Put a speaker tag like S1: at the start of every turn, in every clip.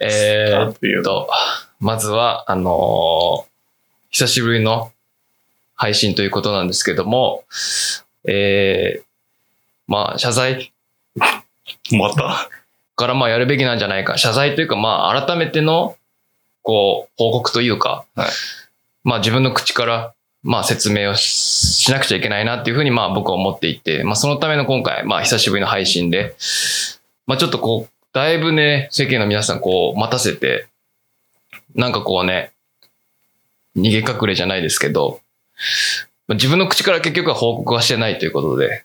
S1: えー、っ
S2: という。
S1: と、まずは、あのー久しぶりの配信ということなんですけども、えー、まあ、謝罪
S2: また。
S1: からまあやるべきなんじゃないか。謝罪というか、まあ、改めての、こう、報告というか、
S2: はい
S1: まあ自分の口から、まあ説明をししなくちゃいけないなっていうふうに、まあ僕は思っていて、まあそのための今回、まあ久しぶりの配信で、まあちょっとこう、だいぶね、世間の皆さんこう、待たせて、なんかこうね、逃げ隠れじゃないですけど、まあ自分の口から結局は報告はしてないということで、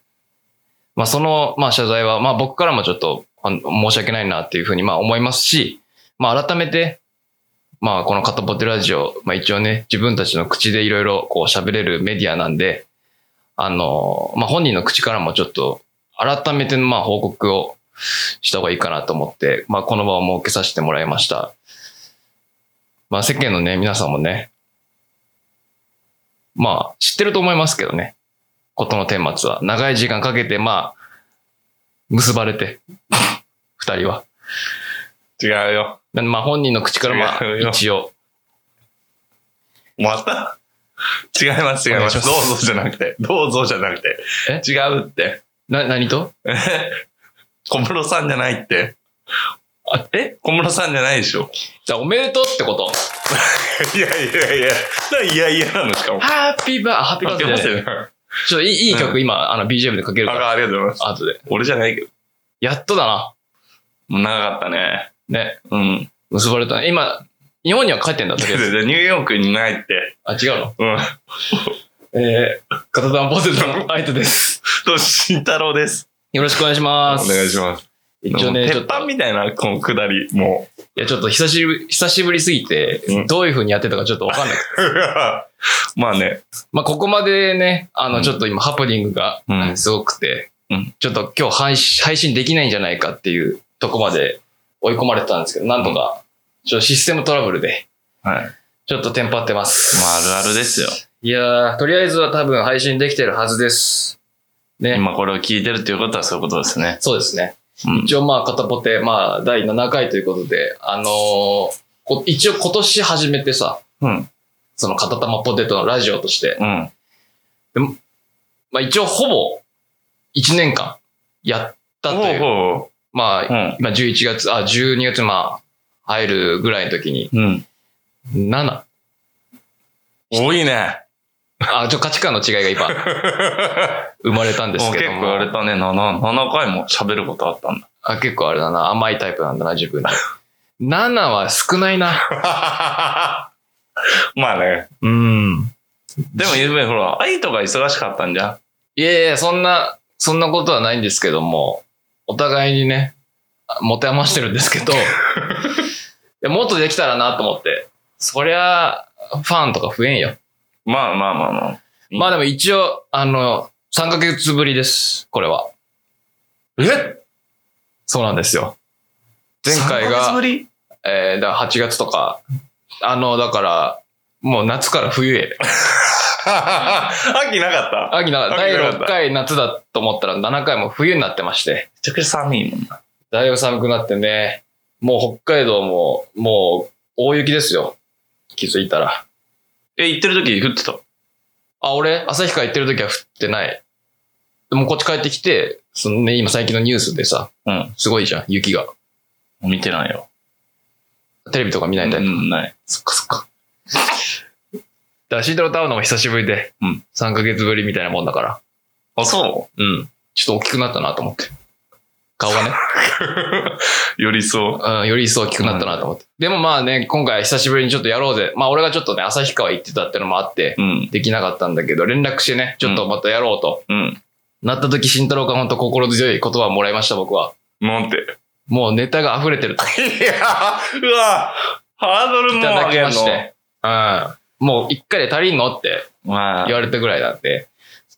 S1: まあその、まあ謝罪は、まあ僕からもちょっと、あの申し訳ないなっていうふうに、まあ思いますし、まあ改めて、まあこのカタポテラジオ、まあ一応ね、自分たちの口でいろいろこう喋れるメディアなんで、あの、まあ本人の口からもちょっと、改めてのまあ報告をした方がいいかなと思って、まあこの場を設けさせてもらいました。まあ世間のね、皆さんもね、まあ知ってると思いますけどね、ことの顛末は。長い時間かけて、まあ、結ばれて、二人は。
S2: 違うよ。
S1: なんでまあ本人の口からま
S2: 違うよ
S1: あ一応、
S2: また違います、違い
S1: お願
S2: ま
S1: いし
S2: す。
S1: ます
S2: どうぞじゃなくて。どうぞじゃなくて。
S1: え
S2: 違うって。
S1: な、何と
S2: えへ小室さんじゃないって。
S1: あ、え
S2: 小室さんじゃないでしょ。
S1: じゃあおめでとうってこと
S2: いやいやいや。なんでいやいやなのしかも。
S1: ハッピーバー、ハッピーバースデーじゃない。
S2: あ
S1: ちょっといいいい曲、
S2: う
S1: 今、あの、BGM でかけるから、
S2: ありがとうございます。
S1: 後で。
S2: 俺じゃないけど。
S1: やっとだな。
S2: もう長かったね。
S1: ね。
S2: うん。
S1: 結ばれたね。今、日本には帰ってんだ、と
S2: だ
S1: り
S2: け
S1: あえ
S2: ど
S1: ず。
S2: ニューヨークにないって。
S1: あ、違うの
S2: うん。
S1: えー、片田ポテトの相手です。
S2: と、慎太郎です。
S1: よろしくお願いしま
S2: お
S1: す。
S2: 願いし
S1: す。
S2: ます。
S1: 一応ね、ち
S2: 鉄
S1: ょっと、
S2: 板みたいな、この下り、もう。
S1: いや、ちょっと久しぶり、久しぶりすぎて、
S2: うん
S1: どういう風にやってたかちょっとわかんない。
S2: まあね、
S1: まあ、ここまでね、あ
S2: う
S1: の、
S2: ん
S1: ちょっと今、ハプニングが
S2: うん
S1: すごくて、
S2: うん
S1: ちょっと今日配信配信できないんじゃないかっていうとこまで追い込まれてたんですけど、なんとか、ちょっとシステムトラブルで、
S2: はい。
S1: ちょっとテンパってます。
S2: まああるあるですよ。
S1: いやー、とりあえずは多分配信できてるはずです。ね。
S2: 今これを聞いてるということはそういうことですね。
S1: そうですね。
S2: うん。
S1: 一応まあ、片ポテ、まあ、第7回ということで、あのーこ一応今年始めてさ、
S2: うん。
S1: その片玉ポテトのラジオとして、
S2: うん。
S1: まあ一応ほぼ1年間やったと
S2: ほ
S1: いうう、
S2: ほ
S1: まあ
S2: う。う、ん。
S1: 今11月、あ、12月まあ、入るぐらいの時に、
S2: うん。
S1: 7。
S2: 多いね。
S1: あ、ちょ、価値観の違いが 今、生まれたんです
S2: もう
S1: け
S2: 結
S1: ども。
S2: 構あれだね、7、7回も喋ることあったんだ。
S1: あ、結構あれだな。甘いタイプなんだな、自分で。7は少ないな。
S2: まあね。
S1: うん。
S2: でも、ゆうべ、ほら、愛とか忙しかったんじゃ
S1: いやいや、そんな、そんなことはないんですけども、お互いにね、あ持て余してるんですけ ど、いやもっとできたらなと思って。そりゃ、ファンとか増えんよ。
S2: ん。まあまあまあまあ。うん
S1: まあでも一応、あの、3ヶ月ぶりです、これは。
S2: え
S1: そうなんですよ。前回
S2: 3ヶ月ぶ
S1: が、
S2: り
S1: えー、だから8月とか、あの、だから、もう夏から冬へ。
S2: 秋なかった。め
S1: 秋な
S2: 秋
S1: 第
S2: なかった
S1: 6回夏だと思ったら7回も冬になってまして、
S2: ちゃくちゃ寒いもんな。
S1: だいぶ寒くなってね、もう北海道も、もう大雪ですよ。気づいたら。
S2: え、行ってる時降ってた。
S1: あ、俺、旭川行ってる時は降ってない。でもこっち帰ってきて、そのね、今最近のニュースでさ、
S2: うん。
S1: すごいじゃん、雪が。
S2: 見てないよ。
S1: テレビとか見ないタイプ。
S2: うん、ない。
S1: そっかそっか。だから慎太郎と会うのも久しぶりで、
S2: うん
S1: 3ヶ月ぶりみたいなもんだから、
S2: あ、そ
S1: うん。ちょっと大きくなったなと思って。顔 がね。
S2: うよりそう。
S1: うん、より一層大きくなったなと思って。でもまあね、今回久しぶりにちょっとやろうぜ。まあ俺がちょっとね、旭川行ってたってのもあって、
S2: うん。
S1: できなかったんだけど、連絡してね、ちょっとまたやろうと。
S2: うん。
S1: なった時、慎太郎から本当心強い言葉をもらいました、僕は。
S2: なんて。
S1: もうネタが溢れてると。
S2: いやうわハードル
S1: い
S2: も
S1: ただ
S2: 上
S1: き
S2: げん
S1: ま
S2: の
S1: し。て。うん。もう一回で足りんのって
S2: まあ
S1: 言、われたぐらいなんで、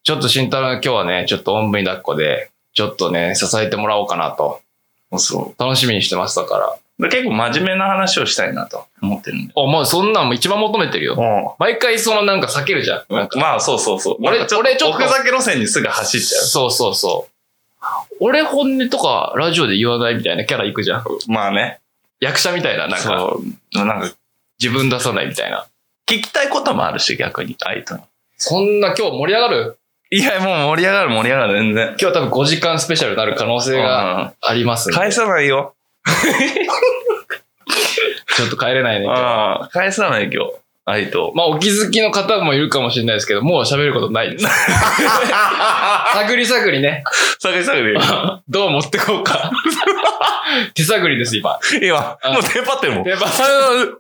S1: ちょっと慎太郎の今日はね、ちょっとおんぶに抱っこで、ちょっとね、支えてもらおうかなと。
S2: そ
S1: 楽しみにしてましたから。
S2: う。で結構真面目な話をしたいなと思ってるんで。
S1: あ、もうそんなんも一番求めてるよ。
S2: う
S1: 毎回そのなんか避けるじゃん。なんか
S2: ん。まあ、そうそうそう。
S1: 俺
S2: なんかちょ
S1: 俺ちょっと
S2: 奥酒路線にすぐ走っちゃ
S1: そうそうそう。俺本音とかラジオで言わないみたいなキャラ行くじゃん。
S2: う。まあね。
S1: 役者みたいな、なんか、
S2: そう。なんか、
S1: 自分出さないみたいな。
S2: 聞きたいこともあるし、逆に、相手の。
S1: そんな今日盛り上がる
S2: いや、もう盛り上がる、盛り上がる、全然。
S1: 今日多分5時間スペシャルになる可能性があります
S2: うんん
S1: で
S2: 返さないよ。
S1: ちょっと帰れないね。今日
S2: うん返さない、今日。愛 と。
S1: まあ、お気づきの方もいるかもしれないですけど、もう喋ること ないです。探り探りね。
S2: 探り探り。
S1: どう持ってこうか。 手探りです、今。
S2: 今、
S1: うん
S2: もうテンパってるもん。
S1: テンパっ
S2: あ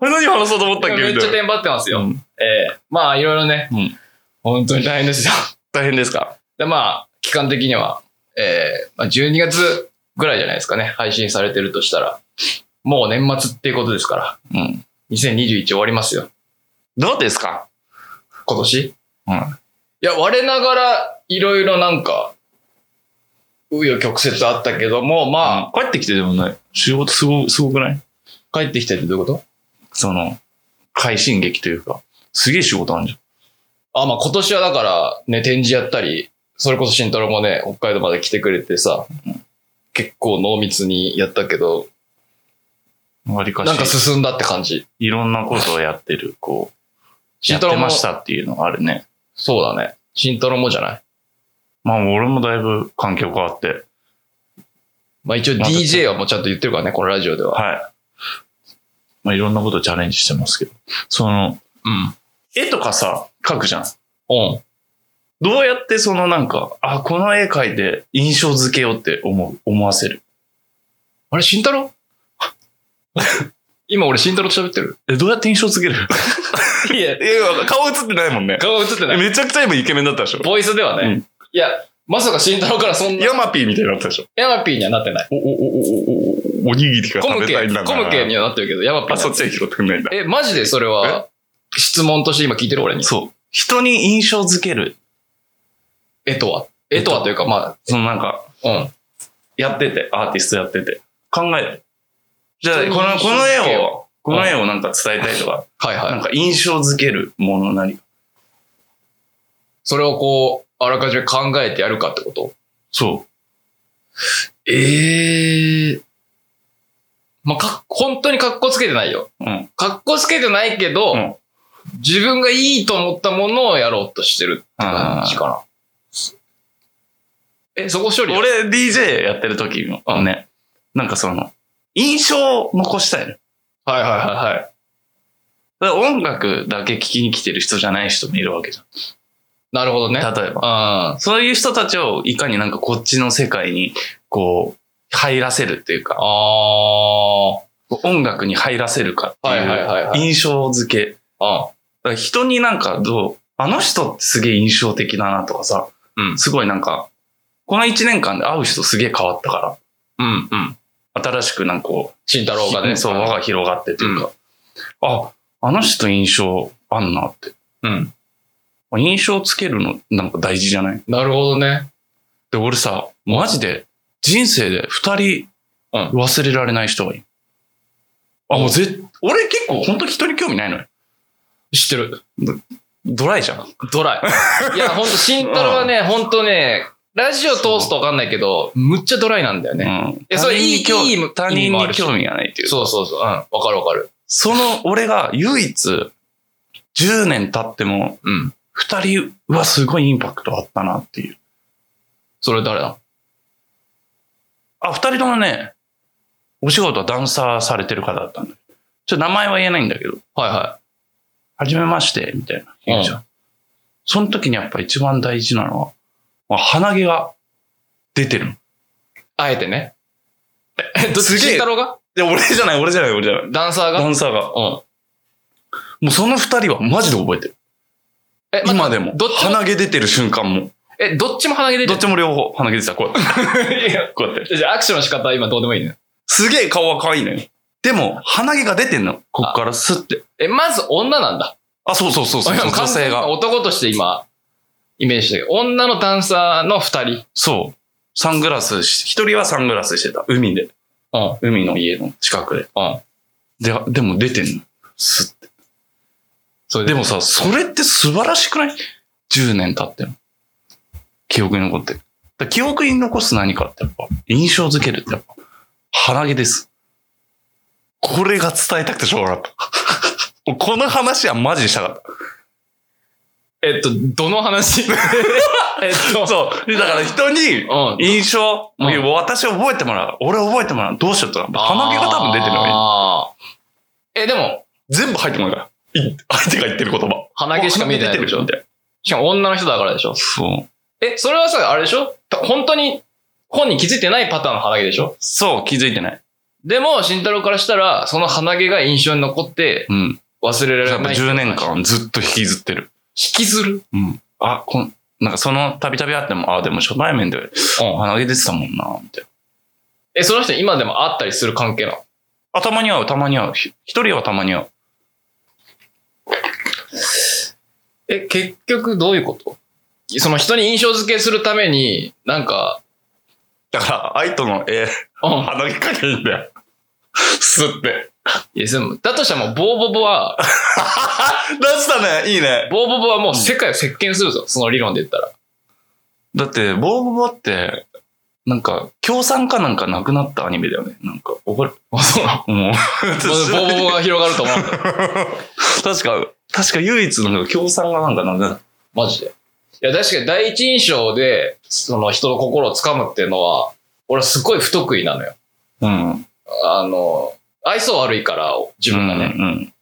S2: れ何話そうと思ったっけ
S1: めっち
S2: み
S1: ゃ
S2: たい
S1: テンパってます
S2: な
S1: よ。
S2: うん
S1: ええまあ、いろいろね、
S2: うん
S1: 本当に大変ですよ。
S2: 大変ですか
S1: で、まあ、期間的には、ええまあ、12月ぐらいじゃないですかね、配信されてるとしたら。もう年末っていうことですから、
S2: うん。
S1: 2021終わりますよ、
S2: どうですか
S1: 今年。
S2: うん。
S1: いや、我ながら、いろいろなんか、紆余曲折あったけども、まあ、
S2: あ、帰ってきてでもない。仕事すご、すごくない
S1: 帰ってきたってどういうこと
S2: その、快進撃というか、すげえ仕事あるじゃん。
S1: あ、まあ今年はだから、ね、展示やったり、それこそ慎太郎もね、北海道まで来てくれてさ、結構濃密にやったけど、
S2: わりかし、
S1: なんか進んだって感じ。
S2: いろんなことをやってる、こう、やってましたっていうのがあるね。
S1: そうだね。慎太郎もじゃない。
S2: まあ、俺もだいぶ環境変わって、
S1: まあ一応
S2: まあ
S1: DJ はもうちゃんと言ってるからね、このラジオでは。
S2: はい。まあ、いろんなことチャレンジしてますけど、その、
S1: うん。
S2: 絵とかさ、描くじゃん。
S1: うん。
S2: どうやってそのなんか、あ、この絵描いて印象付けようって思う、思わせる。
S1: あれ、慎太郎 今俺慎太郎と喋ってる
S2: え、どうやって印象付ける
S1: いや、
S2: いや、顔映ってないもんね。
S1: 顔映って ない。
S2: めちゃくちゃ今イケメンだったでしょ。
S1: ボイスではね。
S2: うん
S1: いや、まさか慎太郎からそんな、
S2: ヤマピーみたいになったでしょ。
S1: ヤマピーにはなってない。
S2: お、お、お、お、お、おにぎりが
S1: コ
S2: 食
S1: ム
S2: べ
S1: ケ、
S2: たいんだか
S1: コ
S2: ら。
S1: ムケにはなってるけど、ヤマピーにはなってな
S2: あ、
S1: い
S2: そっちは拾ってくんないんだ。
S1: え、マジでそれは、質問として今聞いてる俺に。
S2: そう。人に印象付ける。
S1: えとは。えとはというか、ま
S2: そのなんか、
S1: あ、うん。
S2: やってて、アーティストやってて。考える。じゃあ、
S1: 人
S2: こ
S1: に
S2: の、
S1: 印象
S2: この
S1: 付け
S2: 絵
S1: よ
S2: を、この絵をなんか伝えたいとか、
S1: はい
S2: な
S1: は
S2: ん
S1: い。
S2: か印象付けるものなり。
S1: それをこう、あらかじめ考えてやるかってこと
S2: そう。
S1: ええまあ、かっ、本当に格好つけてないよ。
S2: うん。
S1: 格好つけてないけど、
S2: うん
S1: 自分がいいと思ったものをやろうとしてるって感じかな。え、そこ処理
S2: 俺 DJ やってる時もね、なんかその、印象を残したいの。
S1: はいはいはいはい。
S2: だから音楽だけ聴きに来てる人じゃない人もいるわけじ
S1: なるほどね。
S2: ゃん。例えば。
S1: あ
S2: そういう人たちをいかになんかこっちの世界に、こう、入らせるっていうか、
S1: あ
S2: 音楽に入らせるかって
S1: はいはいはい
S2: いう
S1: はい
S2: 印象付け。
S1: ー。
S2: だから人になんかどう、あの人ってすげえ印象的だなとかさ、
S1: うん
S2: すごいなんか、この一年間で会う人すげえ変わったか
S1: うん。うんうん。
S2: ら、新しくなんかこう、
S1: 慎太郎がね。
S2: そう、輪が広がってというか、あ、あの人印象あんなって。
S1: うん。
S2: 印象つけるのなんか大事じゃない
S1: なるほどね。
S2: で、俺さ、マジで、人生で二人、
S1: うん
S2: 忘れられない人がいる。あ、もうぜ、俺結構本当に人に興味ないのよ。
S1: 知ってる。
S2: ドライじゃん。
S1: ドライ。いや、ほんと、慎太郎はね、ほんとね、ラジオ通すとわかんないけど、むっちゃドライなんだよね。
S2: うん。
S1: やそれいい
S2: 他人
S1: い
S2: に
S1: い意
S2: 興
S1: 味
S2: 他
S1: 意味
S2: 人
S1: もあ
S2: に
S1: るし
S2: 興味がないっていう。
S1: そうそうそう。うん。わかるわかる。
S2: その、俺が唯一、10年経っても、
S1: うん。
S2: 二人はすごいインパクトあったなっていう。
S1: それ誰だ
S2: あ、二人ともね、お仕事はダンサーされてる方だったんだけどちょっと名前は言えないんだけど、
S1: はいは
S2: はじめまして、みたいな。言うじゃん。その時にやっぱ一番大事なのは、まあ、鼻毛が出てるの。
S1: い。あえてね。え、どっち
S2: すげえ
S1: 慎太郎が
S2: で、俺じゃない、俺じゃない、俺じゃない。
S1: ダンサーが
S2: ダンサーが。
S1: うん。
S2: もうその二人はマジで覚えてる。
S1: え、待って
S2: 今でも。
S1: どっちも、
S2: 鼻毛出てる瞬間も。
S1: え、どっちも鼻毛出て
S2: ど
S1: る
S2: っちも両方鼻毛出てた。こうやっ て。
S1: いや
S2: こうやって。
S1: じゃあアクションの仕方は今どうでもいいね。
S2: すげえ顔は可愛いのよ。でも、鼻毛が出てんの。こっからスッて。
S1: え、まず女なんだ。
S2: あ、そうそうそうそう。
S1: 今
S2: 女
S1: 完全
S2: 性
S1: に
S2: が。
S1: 男として今、イメージしてる。女のダンサーの二人。
S2: そう。サングラスし、一人はサングラスしてた。海で。
S1: うん。
S2: 海の家の近くで。
S1: うん。
S2: で、でも出てんの。スッて
S1: それ
S2: でもさ、それって素晴らしくない ?10 年経っても。記憶に残ってる。だから記憶に残す何かってやっぱ、印象づけるってやっぱ、鼻毛です。これが伝えたくてしょうがなか った。この話はマジにしたかっ。
S1: えっと、どの話えったと、
S2: そう。でだから人に
S1: うん。
S2: 印象、
S1: うん
S2: いや私覚えてもらう。俺覚えてもらう。どうしようとか。鼻毛が多分出てるのに。
S1: あーえ、でも、
S2: 全部入ってもらうから。い相手が言ってる言葉。
S1: 鼻毛しか見えてない
S2: 鼻毛出て
S1: でしょ
S2: るじゃんみたいな。
S1: しかも女の人だからでしょ
S2: そう。
S1: え、それはさ、あれでしょた本当に、本人気づいてないパターンの鼻毛でしょ
S2: そう、気づいてない。
S1: でも、慎太郎からしたら、その鼻毛が印象に残って
S2: うん。
S1: 忘れられ
S2: や
S1: な
S2: っ
S1: い。
S2: ぱ10年。間ずっと引きずってる。
S1: 引きずる
S2: うん。あ、こん、なんかその、たびたび会っても、あ、でも初対面で、うん、鼻毛出てたもんな、みたいな。
S1: え、その人今でも会ったりする関係なの
S2: あ、たまに会う、たまに会う。ひ一人はたまに会う。
S1: え、結局どういうことその人に印象付けするために、なんか、
S2: だから、愛との絵、
S1: うん。
S2: 鼻毛かけいいんだよ。すって。
S1: いや、でもだとしたらもう、ボーボボは、
S2: 出したね、いいね。
S1: ボーボボはもう世界を席巻するぞ。その理論で言ったら。
S2: だって、ボーボボって、なんか、共産かなんかなくなったアニメだよね。なんか、覚える。
S1: あ、そうなの
S2: もう、
S1: ボーボボが広がると思うんだ。
S2: 確か、確か唯一のなんか共産がなんかなくなった。
S1: マジで。いや、確かに第一印象で、その人の心をつかむっていうのは、俺はすごい不得意なのよ。
S2: うん。
S1: あの、愛想悪いから、自分がね。
S2: う
S1: だ
S2: ん。
S1: か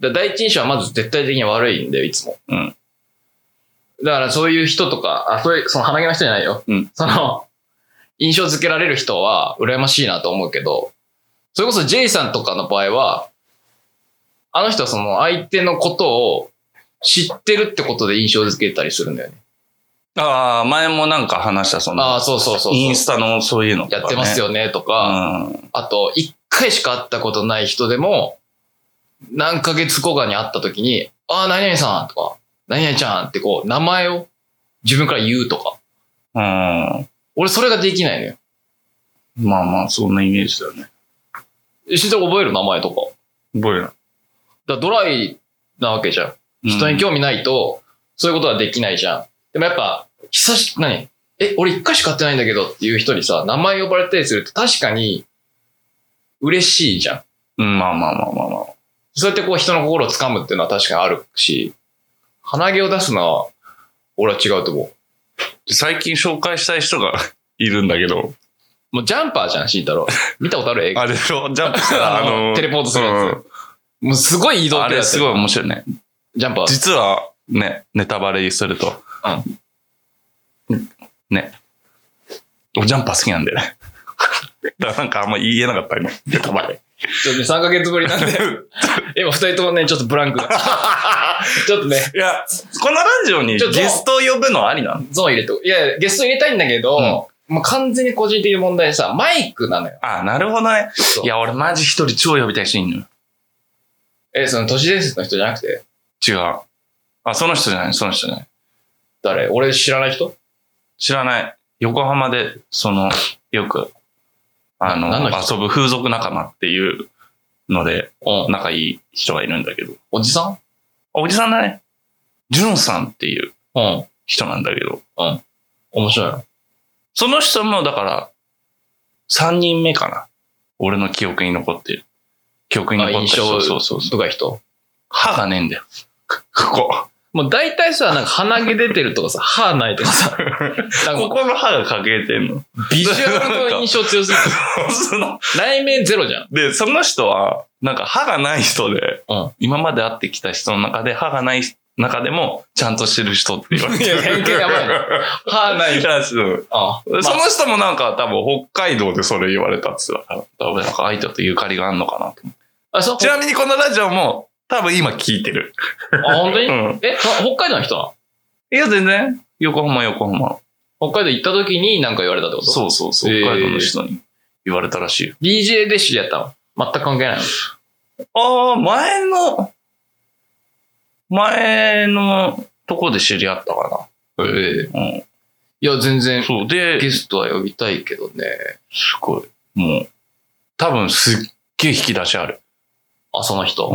S1: ら第一印象はまず絶対的に悪いんだよ、いつも。
S2: うん
S1: だからそういう人とか、あ、そういう、その鼻毛の人じゃないよ。
S2: うん
S1: その、印象付けられる人は羨ましいなと思うけど、それこそ J さんとかの場合は、あの人はその相手のことを知ってるってことで印象付けたりするんだよね。
S2: ああ、前もなんか話した、その、
S1: ああ、そうそうそうそう
S2: インスタのそういうのとか、
S1: やってます。よね、と
S2: う
S1: か。
S2: ん。
S1: あと、一回しか会ったことない人でも、何ヶ月後かに会った時に、ああ、何々さんとか、何々ちゃんってこう、名前を自分から言うとか。
S2: うん。
S1: 俺、それができないのよ。
S2: まあまあ、そんなイメージだよね。
S1: しんちゃん覚える名前とか。
S2: 覚える
S1: だからドライなわけじゃん。人に興味ないと、そういうことはできないじゃん。でもやっぱ、久し、何え、俺一回しか会ってないんだけどっていう人にさ、名前呼ばれたりすると確かに、嬉しいじゃん。
S2: うん、まあまあまあまあまあ。
S1: そうやってこう人の心を掴むっていうのは確かにあるし、鼻毛を出すのは、俺は違うと思
S2: 最近紹介したい人が いるんだけど、
S1: う。もうジャンパーじゃん、慎太 郎。見たことある映画。
S2: あれでしょジャンプしたら、あの、
S1: テレポートするや
S2: うん
S1: つ。もうすごい移動
S2: あ
S1: 手
S2: れ
S1: だ
S2: すごい面白いね。
S1: ジャンパー。
S2: 実は、ね、ネタバレすると。ね。俺ジャンパー好きなんだよね。だからなんかあんま言えなかったね。ネタバレ。
S1: ちょっとね、3ヶ月ぶりなん で、今二人ともね、ちょっとブラ ンクが。ちょっとね、
S2: いや、このラジオに
S1: ちょっと
S2: ゲストを呼ぶのありなの
S1: ゾーン入れて、いや、ゲスト入れたいんだけど、
S2: うん
S1: もう完全に個人的な問題でさ、マイクなのよ。
S2: あ、なるほどね
S1: そ。う
S2: いや、俺マジ一人超呼びたい人いんのよ。
S1: え、その都市伝説の人じゃなくて、
S2: 違う。あ、その人じゃない、その人じゃない。
S1: 誰俺知らない人
S2: 知らない。横浜で、その、よく、あの、
S1: 何の
S2: 遊ぶ風俗仲間っていうので、
S1: うん。
S2: 仲いい人がいるんだけど。
S1: おじさん
S2: あおじさんだね。ジュンさんっていう
S1: うん。
S2: 人なんだけど。
S1: 面白いの。
S2: その人も、だから、3人目かな。俺の記憶に残ってる。記憶に残っ
S1: あ
S2: た
S1: 印象
S2: 人。そうそうそう。
S1: 深い人
S2: 歯がねえんだよ。ここ。
S1: もう大体さ、なんか鼻毛出てるとかさ、歯ないとか さ、なん
S2: こ
S1: か
S2: この歯が欠けてん の。
S1: ビジュアルの印象強すぎる。
S2: その
S1: 内面ゼロじゃん。
S2: で、その人は、なんか歯がない人で、
S1: うん
S2: 今まで会ってきた人の中で、歯がない中でも、ちゃんとしてる人って言われてる。
S1: いや偏見やばいな歯ない
S2: い
S1: 人。
S2: やそう
S1: ああまあ
S2: その人もなんか多分北海道でそれ言われたっつうから、多分なんか相手とゆかりがあるのかなと思
S1: あ、そう
S2: う。ちなみにこのラジオも多分今聞いてる。
S1: あ、本当に、
S2: うん。
S1: え、そ北海道の人なの
S2: いや全然、横浜横浜。
S1: 北海道行った時に何か言われたってことう。
S2: そうそうそう、
S1: へー
S2: 北海道の人に言われたらしいよ。
S1: DJ で知り合ったの全く関係ないの
S2: ああ、前の、前のとこで知り合ったか
S1: ええ
S2: な。うん。
S1: いや、全然、
S2: そう。で、
S1: ゲストは呼びたいけどね。
S2: すごい。もう、多分すっげえ引き出しある。
S1: あ、その
S2: う
S1: 人。
S2: ん。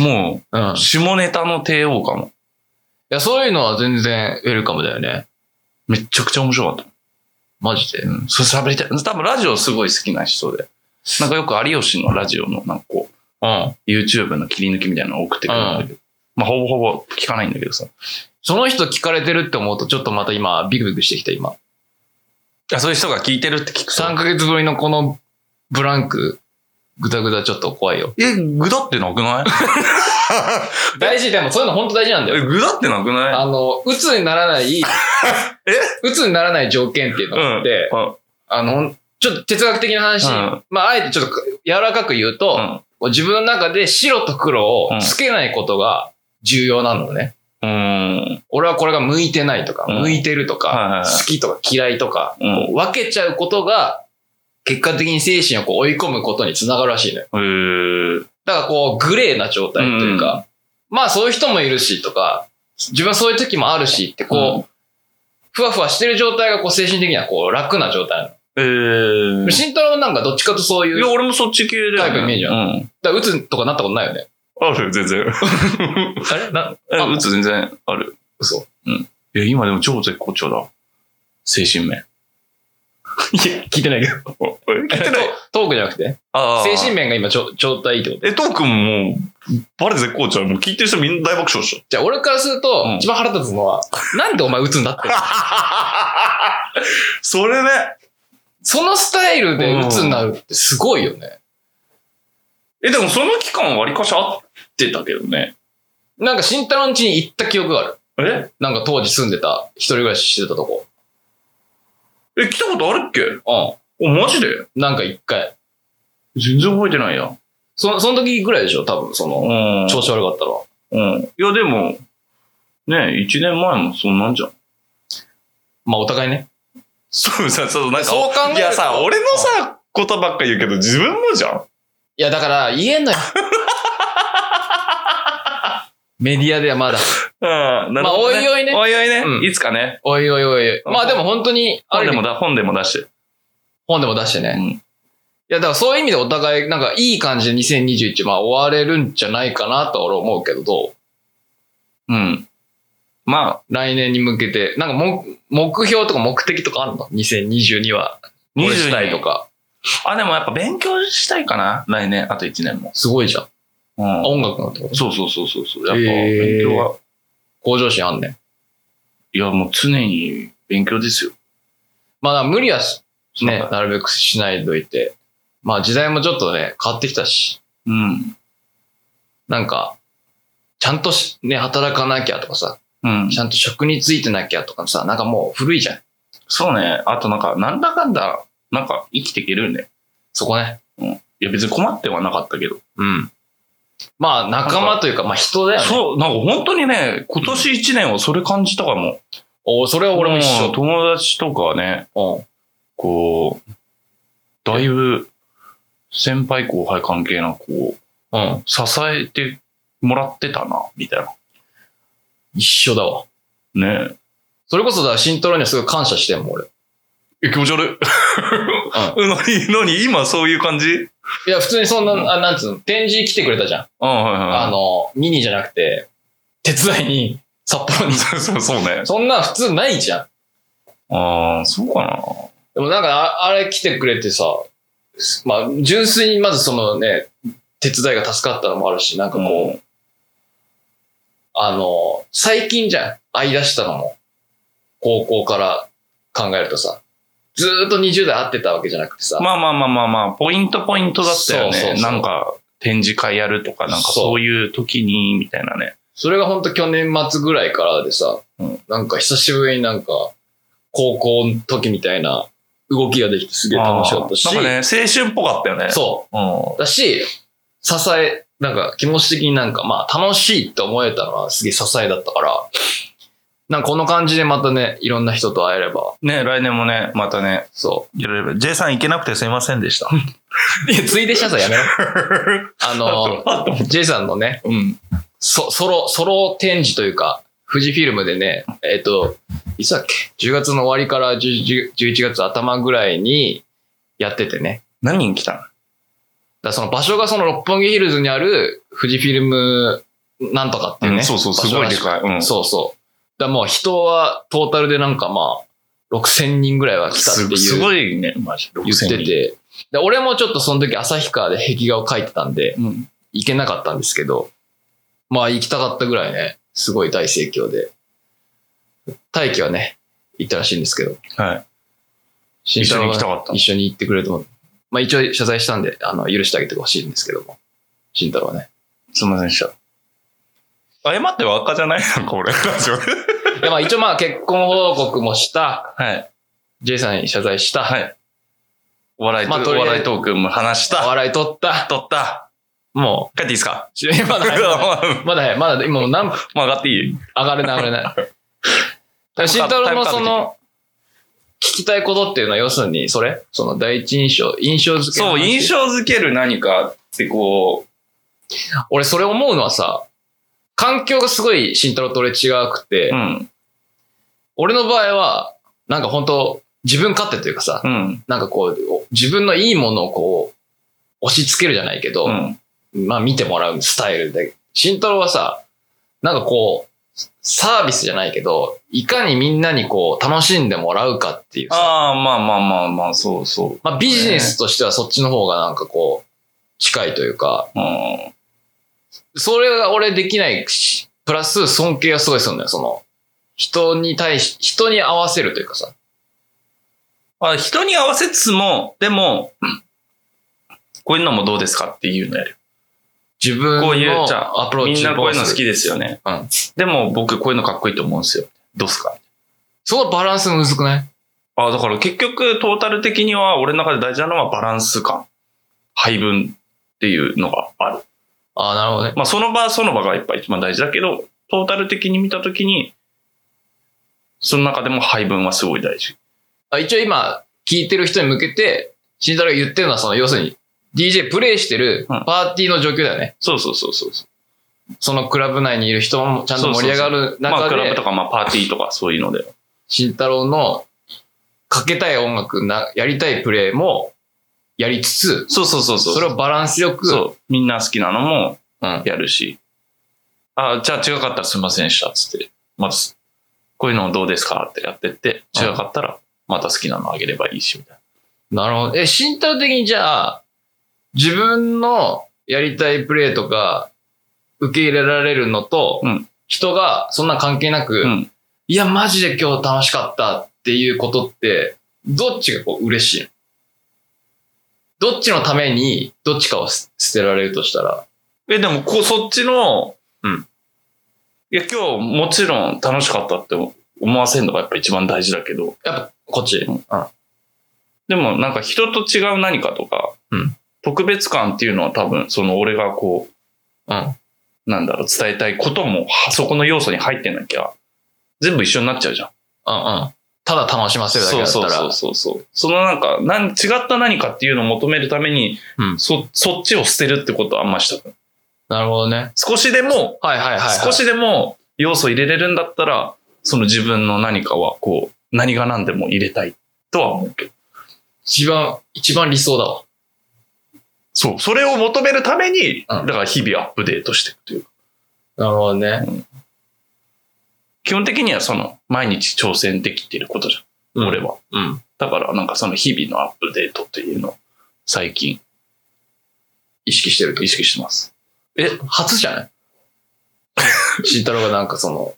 S2: も、
S1: うん。いう
S2: 下ネタの帝王かも。
S1: や、そういうのは全然ウェルカムだよね。
S2: めっちゃくちゃ面白かった。
S1: マジで。
S2: うん。そう喋りたい。多分ラジオすごい好きな人で。なんかよく有吉のラジオの、なんかこう、
S1: うん。
S2: YouTube の切り抜きみたいなのを送ってくるんだけど、まあ、ほぼほぼ聞かないんだけどさ。
S1: その人聞かれてるって思うと、ちょっとまた今、ビクビクしてきた、今。
S2: あ、そういう人が聞いてるって聞く
S1: 3ヶ月ぶりのこのブランク、ぐだぐだちょっと怖いよ。
S2: え、ぐだってなくない
S1: 大事、でもそういうの本当大事なんだ
S2: え、
S1: よ。
S2: ぐだってなくない
S1: あの、鬱になら ない、え鬱にならない条件っていうのがあって、
S2: うん
S1: あの、ちょっと哲学的な話、
S2: うん
S1: まあ、あえてちょっと柔らかく言うと、
S2: うん
S1: こう自分の中で白と黒をつけないことが重要なのね。
S2: うん。
S1: 俺はこれが向いてないとか、
S2: うん
S1: 向いてると
S2: はいはい
S1: か
S2: は、い
S1: 好きとか嫌いとか、
S2: うん
S1: こう分けちゃうことが、結果的に精神をこう追い込むことにつながるらしいのよ。
S2: へー
S1: だからこう、グレーな状態というか、まあそういう人もいるしとか、自分はそういう時もあるしって、こう、ふわふわしてる状態がこう精神的にはこう楽な状態なの。
S2: えー。
S1: 慎太郎なんかどっちかとそういう
S2: いや、、俺もそっち系だよ、ね。
S1: タイプのイメージは
S2: うん。
S1: だから鬱とかなったことないよね。
S2: あるよ、全然。
S1: あれな、あ
S2: え、うつ全然ある。
S1: 嘘。
S2: いや、今でも超絶好調だ。精神面。
S1: 聞いてない けど。
S2: おえ聞いてない。
S1: トトークじゃなくて。
S2: あ
S1: 精神面
S2: 面。
S1: が今ちょ状態いいってこと。
S2: え、トークももう、バレ絶好調。もう聞いてる人みんな大爆笑で しょ。
S1: じゃあ俺からすると
S2: う、ん
S1: 一番腹立つの は、なんでお前鬱になってる
S2: それね。
S1: そのスタイルで鬱になるってすごいよね。
S2: え、でもその期間割かし合ってたけどね。
S1: なんか慎太郎の家に行った記憶がある。
S2: え
S1: なんか当時住んでた、一人暮らししてたとこ。
S2: え、来たことあるっけ
S1: う
S2: お、マジで
S1: ん。なんか一回。
S2: 全然覚えてないや。
S1: そその時ぐらいでしょ多分、その、
S2: うん
S1: 調子悪かったのは。
S2: うん。いや、でも、ね、一年前もそんなんじゃん。
S1: まあお互いね。
S2: そうさ、そう、なんか、
S1: そう考えると
S2: いやさ、俺のさ、ことばっか言うけど、自分もじゃん。
S1: いや、だから言え んのよ。メディアではまだ。
S2: うん、なるほど、ね。
S1: まあおいおいね
S2: おいおいね。
S1: うん
S2: いつかね。
S1: おいおいおい。まあでも本当に、あ
S2: 本
S1: る
S2: で
S1: 意
S2: も
S1: 味
S2: だ、本でも出して。
S1: 本でも出してね。
S2: うん
S1: いや、だからそういう意味でお互い、なんかいい感じで2021、まあ終われるんじゃないかなとは俺思うけど、どう
S2: うん。まあ、
S1: 来年に向けて、なんかも目標とか目的とかあるの ?2022 は。これしたいとか。
S2: あ、でもやっぱ勉強したいかな。来年、あと一年も。
S1: すごいじゃん。あ
S2: うん。
S1: 音楽のってこと
S2: そうそうそうそうそう。やっぱ、
S1: へ
S2: 勉
S1: ー
S2: 強は、
S1: 向上心あんねん。
S2: いや、もう常に勉強ですよ。
S1: まあだから無理はしね、
S2: なんか
S1: なるべくしないといて。まあ時代もちょっとね、変わってきたし。
S2: うん。
S1: なんか、ちゃんとしね、働かなきゃとかさ、
S2: うん。
S1: ちゃんと職についてなきゃとかさ、なんかもう古いじゃん。
S2: そうね。あとなんか、なんだかんだ、なんか生きていけるね。
S1: そこね。
S2: いや、別に困ってはなかったけど。
S1: うん。まあ仲間というか、まあ人だよね。
S2: そう、なんか本当にね、今年一年はそれ感じたかも。
S1: おそれは俺も一
S2: うん
S1: 緒。
S2: 友達とかはね、こう、だいぶ、先輩後輩関係なく、こう、
S1: うん。うん。
S2: 支えてもらってたな、みたい
S1: 一緒だわ。
S2: な。ね
S1: それこそだ、慎太郎にはすごい感謝してんもん、俺。
S2: え。気持ち悪い。うん、なに、なに、今そういう感じうん、
S1: いや、普通にそんな、あなんつうの、展示来てくれたじゃん。
S2: はいはい。
S1: あ、の、見にじゃなくて、手伝いに、札幌 に。
S2: そうそうそうね。
S1: そんな普通ないじゃん。
S2: ああ、そうかな。
S1: でもなんかあ、あれ来てくれてさ、まあ、純粋にまずそのね、手伝いが助かったのもあるし、なんかこう、
S2: こ
S1: あの、最近じゃん。会い出したのも。高校から考えるとさ。ずーっと20代会ってたわけじゃなくてさ。
S2: う。まあまあまあまあまあ、ポイントポイントだったよね。
S1: そうそうそう
S2: なんか、展示会やるとか、なん
S1: そ
S2: か
S1: う
S2: そういう時に、みたいなね。
S1: それがほんと去年末ぐらいからでさ。
S2: うん
S1: なんか久しぶりになんか、高校の時みたいな動きができてすげえ楽しかったし。
S2: あーなんかね、青春っぽかったよね。。
S1: そう
S2: うん。
S1: う。だし、支え、なんか気持ち的になんかまあ楽しいって思えたのはすげえ支えだったから。なんかこの感じでまたね、いろんな人と会えれば、
S2: ね、来年もね、またね、
S1: そう。
S2: やれれば。J さん行けなくてすいませんでした。
S1: いや、ついで謝罪やめろ。あの、J さんのね、
S2: うん。
S1: ソソロ、ソロ展示というか、富士フィルムでね、えっ、と、いつだっけ ?10 月の終わりから10 11月頭ぐらいにやっててね。
S2: 何人来たの
S1: だからその場所がその六本木ヒルズにある富士フィルムなんとかっていうね。
S2: そうそう、すごいで
S1: い。
S2: かい。うん。
S1: そうそう。だからもう人はトータルでなんかまあ、6000人ぐらいは来たっていう。
S2: すすごいね、マジ。
S1: 言ってて、で、俺もちょっとその時旭川で壁画を描いてたんで、
S2: うん。
S1: 行けなかったんですけど、まあ行きたかったぐらいね、すごい大盛況で。大輝はね、行ったらしいんですけど、
S2: はい。
S1: 新
S2: 一緒に行きた
S1: は
S2: かった
S1: 一。緒に行ってくれると思う。まあ一応謝罪したんで、あの、許してあげてほしいんですけども、慎太郎はね。
S2: すみませんでした。謝っては赤じゃないなん か俺、ラジオで。
S1: いやまあ一応まあ結婚報告もした、
S2: はい。
S1: J さんに謝罪した、
S2: はい。お笑いトー
S1: まあ
S2: ク、
S1: とりあえ
S2: お
S1: ず
S2: 笑いトークも話し
S1: お
S2: た。
S1: 笑い取った、
S2: 撮った。
S1: も
S2: 帰っていいですか
S1: う、 ま だ、まだ、まだ、今もう何分
S2: まあ上がっていい
S1: 上がれない上がれない。だ から慎太郎のその、聞きたいことっていうのは要するに、それその第一印象、印象付けの
S2: そう、
S1: 話
S2: 印象づける何かってこ
S1: 俺それ思うのはさ、環境がすごい慎太郎と俺違くて、
S2: う、うん、
S1: 俺の場合は、なんか本当自分勝手というかさ、
S2: うん、
S1: なんかこう、自分のいいものをこう、押し付けるじゃないけど、
S2: うん。
S1: まあ見てもらうスタイルで、慎太郎はさ、なんかこう、サービスじゃないけど、いかにみんなにこう、楽しんでもらうかっていうさ、
S2: ああ、まあまあまあまあ、そうそう。
S1: まあビジネスとしてはそっちの方がなんかこう、近いというか、
S2: うん、
S1: それが俺できないし、プラス尊敬がすごいするんだよ、その、人に対し、人に合わせるというかさ。
S2: あ人に合わせつつも、でも、こういうのもどうですかっていうのやる。
S1: 自分
S2: こういう、
S1: の
S2: じゃあ
S1: アプロー
S2: み
S1: チ
S2: んなこういうの好
S1: で。
S2: きですよね。
S1: うん。
S2: でも僕こういうのかっこいいと思うんですよ。どうすか
S1: そのバランスむずくない
S2: あだから結局トータル的には俺の中で大事なのはバランス感。配分っていうのがある。
S1: ああ、なるほどね。
S2: まあその場その場がやっぱ一番大事だけど、トータル的に見たときに、その中でも配分はすごい大事。
S1: あ一応今、聞いてる人に向けて、慎太郎が言ってるのは、その、要するに、DJ プレイしてる
S2: うん
S1: パーティーの状況だよね。
S2: そうそうそうそうそう。
S1: そのクラブ内にいる人もちゃんと盛り上がる
S2: まあ
S1: 中
S2: クラブ
S1: で
S2: と、かまあパーティーとかそういうので。
S1: 慎太郎のかけたい音楽な、やりたいプレイもやりつつ、
S2: そうそうそうそう。
S1: それをバランスよく、
S2: そう。みんな好きなのも
S1: うん
S2: やるし。あ、じゃあ違かったらすいませんでした、つって。まず、こういうのどうですかってやってって、
S1: うん
S2: 違かったらまた好きなのあげればいいし、みたい
S1: なるほど。え、身体的にじゃあ、自分のやりたいプレーとか、受け入れられるのと、
S2: うん
S1: 人がそんな関係なく、
S2: うん
S1: いや、マジで今日楽しかったっていうことって、どっちがこう嬉しいのどっちのために、どっちかを捨捨てられるとしたら、
S2: な。え、でもこう、そっちの、
S1: うん。
S2: いや、今日もちろん楽しかったって思わせるのがやっぱ一番大事だけど、
S1: やっぱこっち。
S2: でもなんか人と違う何かとか、
S1: うん
S2: 特別感っていうのは多分、その俺がこ
S1: うん。
S2: う、なんだろう、伝えたいことも、はそこの要素に入ってなきゃ、全部一緒になっちゃうじゃん。
S1: うんうん。ただ楽しませるだけだったら、
S2: そうそうそうそう。そのなんか、なん違った何かっていうのを求めるために、
S1: うん
S2: そ、そっちを捨てるってことはあんましたくない。
S1: なるほどね。
S2: 少しでも、
S1: はいはいはい、はい。
S2: 少しでも要素入れれるんだったら、その自分の何かは、こう、何が何でも入れたいとは思うけど。
S1: 一番、一番理想だわ。
S2: そう。それを求めるために、
S1: うん
S2: だから日々アップデートしていくというか。
S1: なるほどね。
S2: 基本的にはその、毎日挑戦できてることじゃん。
S1: うん
S2: 俺は。
S1: うん。
S2: だから、なんかその日々のアップデートっていうのを、最 近、
S1: 意識してると
S2: 意識してます。
S1: え、初じゃない 慎太郎がなんかその、